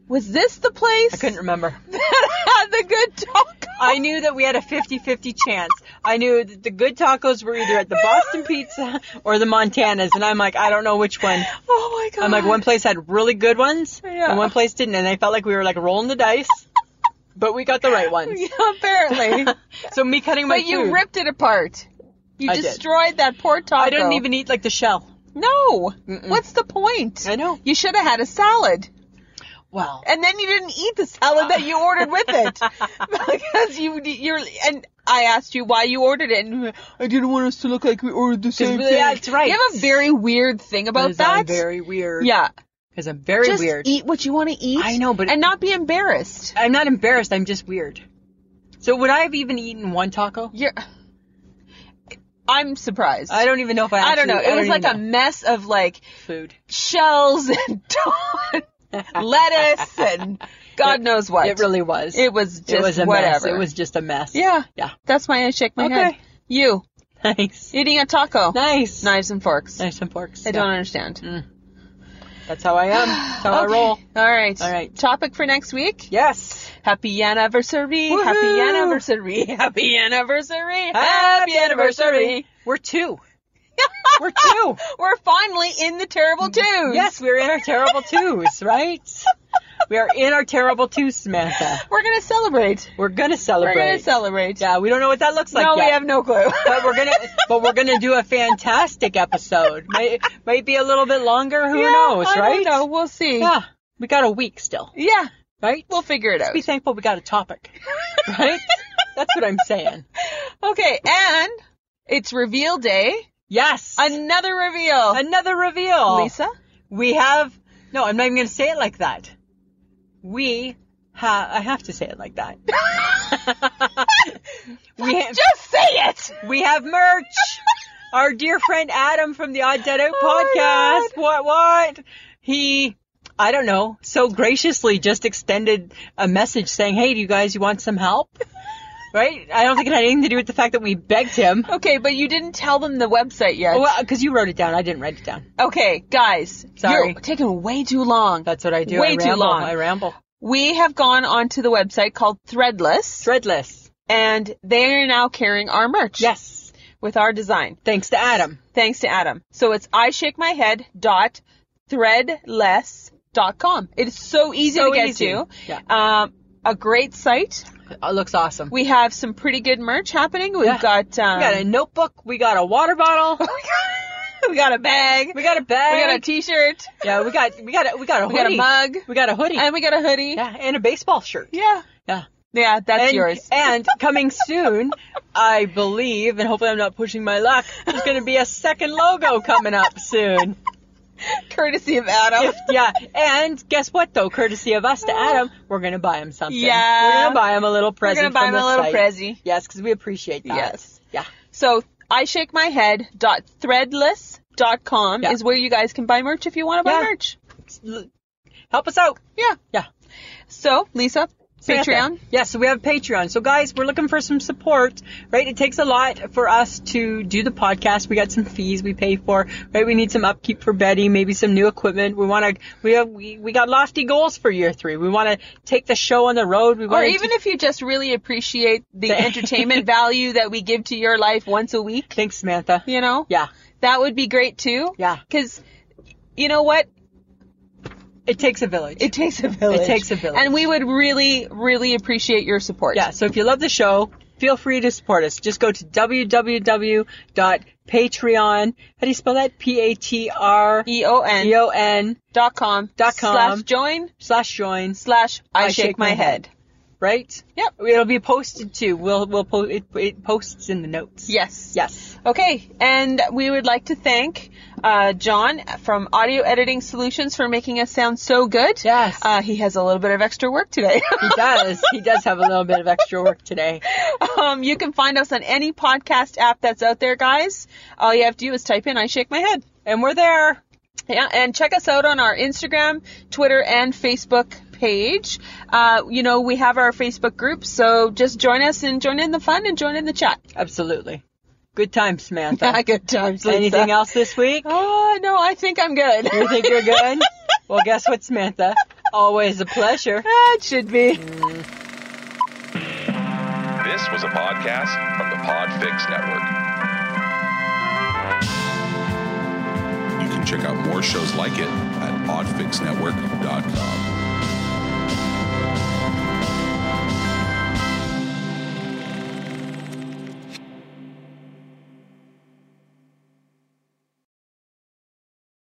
Speaker 1: Was this the place *laughs*
Speaker 2: I couldn't remember.
Speaker 1: that had the good taco?
Speaker 2: I knew that we had a 50-50 chance. I knew that the good tacos were either at the Boston Pizza or the Montana's, and I'm like, I don't know which one.
Speaker 1: Oh my god!
Speaker 2: I'm like, one place had really good ones,
Speaker 1: Yeah.
Speaker 2: and one place didn't, and I felt like we were like rolling the dice, but we got the right ones.
Speaker 1: *laughs* Yeah,
Speaker 2: *laughs*
Speaker 1: apparently.
Speaker 2: so me cutting my
Speaker 1: but you
Speaker 2: food,
Speaker 1: ripped it apart. You
Speaker 2: I did.
Speaker 1: destroyed that poor taco.
Speaker 2: I didn't even eat like the shell.
Speaker 1: No.
Speaker 2: Mm-mm.
Speaker 1: What's the point?
Speaker 2: I know.
Speaker 1: You should have had a salad,
Speaker 2: Wow.
Speaker 1: and then you didn't eat the salad that you ordered with
Speaker 2: *laughs*
Speaker 1: it because you you're and. I asked you why you ordered it, and you went, I didn't want us to look like we ordered the same
Speaker 2: we-
Speaker 1: thing.
Speaker 2: that's right.
Speaker 1: You have a very weird thing about that.
Speaker 2: very weird.
Speaker 1: yeah,
Speaker 2: Because I'm very
Speaker 1: just
Speaker 2: weird.
Speaker 1: eat what you want to eat.
Speaker 2: I know, but-
Speaker 1: and not be embarrassed.
Speaker 2: I'm not embarrassed. I'm just weird. So would I have even eaten one taco?
Speaker 1: You're. I'm surprised.
Speaker 2: I don't even know if I. Actually,
Speaker 1: I don't know. It was like
Speaker 2: even
Speaker 1: a mess of like *laughs*
Speaker 2: food.
Speaker 1: shells and lettuce and God
Speaker 2: It-
Speaker 1: knows what.
Speaker 2: It really was.
Speaker 1: It was just
Speaker 2: it was a
Speaker 1: whatever.
Speaker 2: mess. It was just a mess.
Speaker 1: Yeah.
Speaker 2: Yeah.
Speaker 1: That's why I shake my
Speaker 2: Okay.
Speaker 1: head. You
Speaker 2: *laughs* Nice.
Speaker 1: eating a taco,
Speaker 2: Nice.
Speaker 1: knives and forks.
Speaker 2: Nice and forks.
Speaker 1: I don't understand.
Speaker 2: That's how
Speaker 1: *sighs*
Speaker 2: I am. That's how
Speaker 1: Okay.
Speaker 2: I roll.
Speaker 1: All right.
Speaker 2: All right.
Speaker 1: Topic for next week.
Speaker 2: Yes.
Speaker 1: Happy anniversary. Happy
Speaker 2: Woohoo!
Speaker 1: anniversary. *laughs* Happy anniversary. Happy anniversary.
Speaker 2: We're two. We're two.
Speaker 1: *laughs* We're finally in the terrible twos.
Speaker 2: Yes, we're in our terrible twos, right? We are in our terrible twos, Samantha.
Speaker 1: We're going to celebrate.
Speaker 2: We're gonna
Speaker 1: We're
Speaker 2: celebrate.
Speaker 1: going to celebrate.
Speaker 2: Yeah, we don't know what that looks like
Speaker 1: no,
Speaker 2: yet.
Speaker 1: we have no clue.
Speaker 2: but we're
Speaker 1: *laughs*
Speaker 2: gonna, but we're gonna do a fantastic episode. Might, might be a little bit longer. Who
Speaker 1: Yeah,
Speaker 2: knows,
Speaker 1: I Don't
Speaker 2: right?
Speaker 1: know. We'll see.
Speaker 2: Yeah, we got a week still,
Speaker 1: Yeah,
Speaker 2: right?
Speaker 1: We'll figure it out.
Speaker 2: be thankful we got a topic, *laughs* right? That's what I'm saying.
Speaker 1: *laughs* Okay, and it's reveal day.
Speaker 2: Yes,
Speaker 1: Another reveal.
Speaker 2: another reveal.
Speaker 1: Lisa?
Speaker 2: we have. No, I'm not even gonna say it like that. We have. I have to say it like *laughs* that. we have.
Speaker 1: Just say it!
Speaker 2: We have merch. Our dear friend Adam from the Odd Dead Out
Speaker 1: Oh my
Speaker 2: podcast. what what? He I don't know, so graciously just extended a message saying, "Hey, do you guys you want some help?" Right? I don't think it had anything to do with the fact that we begged *laughs* him.
Speaker 1: Okay, but you didn't tell them the website yet.
Speaker 2: Well, cuz you wrote it down. I didn't write it down.
Speaker 1: okay, guys.
Speaker 2: Sorry.
Speaker 1: You're taking way too long.
Speaker 2: That's what I do.
Speaker 1: Way
Speaker 2: I
Speaker 1: too
Speaker 2: ramble.
Speaker 1: long.
Speaker 2: I ramble.
Speaker 1: We have gone onto the website called Threadless,
Speaker 2: Threadless.
Speaker 1: and they are now carrying our merch.
Speaker 2: Yes.
Speaker 1: With our design.
Speaker 2: Thanks to Adam.
Speaker 1: Thanks to Adam. So it's I shake my head dot threadless.com. It is so easy
Speaker 2: So
Speaker 1: to get
Speaker 2: easy.
Speaker 1: to.
Speaker 2: Yeah.
Speaker 1: Um, a great site.
Speaker 2: It looks awesome. We
Speaker 1: We have some pretty good merch happening. We've
Speaker 2: Yeah.
Speaker 1: got um,
Speaker 2: got
Speaker 1: *laughs*
Speaker 2: a notebook, we got a water bottle,
Speaker 1: we got a bag.
Speaker 2: *laughs* we got a bag.
Speaker 1: We got a t-shirt.
Speaker 2: Yeah, we got we got a, we got a
Speaker 1: We
Speaker 2: hoodie.
Speaker 1: got a mug.
Speaker 2: We got a hoodie.
Speaker 1: And we got a hoodie.
Speaker 2: yeah, and a baseball shirt.
Speaker 1: Yeah.
Speaker 2: Yeah.
Speaker 1: Yeah, that's
Speaker 2: and,
Speaker 1: yours.
Speaker 2: and coming soon, I believe, and hopefully I'm not pushing my luck, there's going to be a second logo coming up soon.
Speaker 1: Courtesy of Adam. *laughs*
Speaker 2: If- yeah, and guess what though? Courtesy of
Speaker 1: *gasps*
Speaker 2: us to Adam, we're going to buy him something.
Speaker 1: Yeah.
Speaker 2: We're going to buy him a little
Speaker 1: We're gonna
Speaker 2: present.
Speaker 1: buy
Speaker 2: from
Speaker 1: him a
Speaker 2: the
Speaker 1: little
Speaker 2: site.
Speaker 1: prezi.
Speaker 2: Yes, because we appreciate that.
Speaker 1: Yes.
Speaker 2: Yeah.
Speaker 1: So I shake my head dot threadless.com
Speaker 2: Yeah.
Speaker 1: is where you guys can buy merch if you want to buy
Speaker 2: Yeah.
Speaker 1: merch.
Speaker 2: Help us out.
Speaker 1: Yeah.
Speaker 2: Yeah.
Speaker 1: So, Lisa, Patreon.
Speaker 2: Yes, so we have Patreon. So guys, we're looking for some support, right? It takes a lot for us to do the podcast. We got some fees we pay for, right? We need some upkeep for Betty, maybe some new equipment. We want to, we have, we, we got lofty goals for year three. We want to take the show on the road. We
Speaker 1: Or
Speaker 2: want
Speaker 1: even
Speaker 2: to
Speaker 1: if you just really appreciate the
Speaker 2: Thank- *laughs*
Speaker 1: entertainment value that we give to your life once a week,
Speaker 2: Thanks, Samantha.
Speaker 1: you know,
Speaker 2: Yeah.
Speaker 1: that would be great too.
Speaker 2: Yeah.
Speaker 1: Because you know what?
Speaker 2: It takes a village.
Speaker 1: It takes a village.
Speaker 2: It takes a village.
Speaker 1: And we would really, really appreciate your support.
Speaker 2: yeah. So if you love the show, feel free to support us. Just go to www.patreon. How do you spell that? P-A-T-R.
Speaker 1: EON
Speaker 2: E-O-N
Speaker 1: E dot com
Speaker 2: E Dot com.
Speaker 1: slash join
Speaker 2: slash join
Speaker 1: slash I, shake, my head.
Speaker 2: right?
Speaker 1: Yep.
Speaker 2: It'll be posted too. We'll we'll po- it, it posts in the notes.
Speaker 1: Yes.
Speaker 2: Yes.
Speaker 1: Okay. And we would like to thank uh, John from Audio Editing Solutions for making us sound so good.
Speaker 2: Yes.
Speaker 1: Uh, he has a little bit of extra work today.
Speaker 2: He does. He does have a little bit of extra work today.
Speaker 1: *laughs* um, you can find us on any podcast app that's out there, guys. All you have to do is type in I Shake My Head.
Speaker 2: And we're there.
Speaker 1: Yeah, and check us out on our Instagram, Twitter, and Facebook page. Uh, you know, we have our Facebook group, so just join us and join in the fun and join in the
Speaker 2: *laughs*
Speaker 1: chat.
Speaker 2: Absolutely. Good
Speaker 1: *laughs*
Speaker 2: times, Samantha.
Speaker 1: Good times. Lisa.
Speaker 2: Anything else this week?
Speaker 1: Oh, no, I think I'm good.
Speaker 2: You think
Speaker 1: *laughs*
Speaker 2: you're good? Well, guess what, Samantha? Always a pleasure.
Speaker 1: That should be.
Speaker 3: This was a podcast from the Podfix Network. You can check out more shows like it at podfixnetwork.com.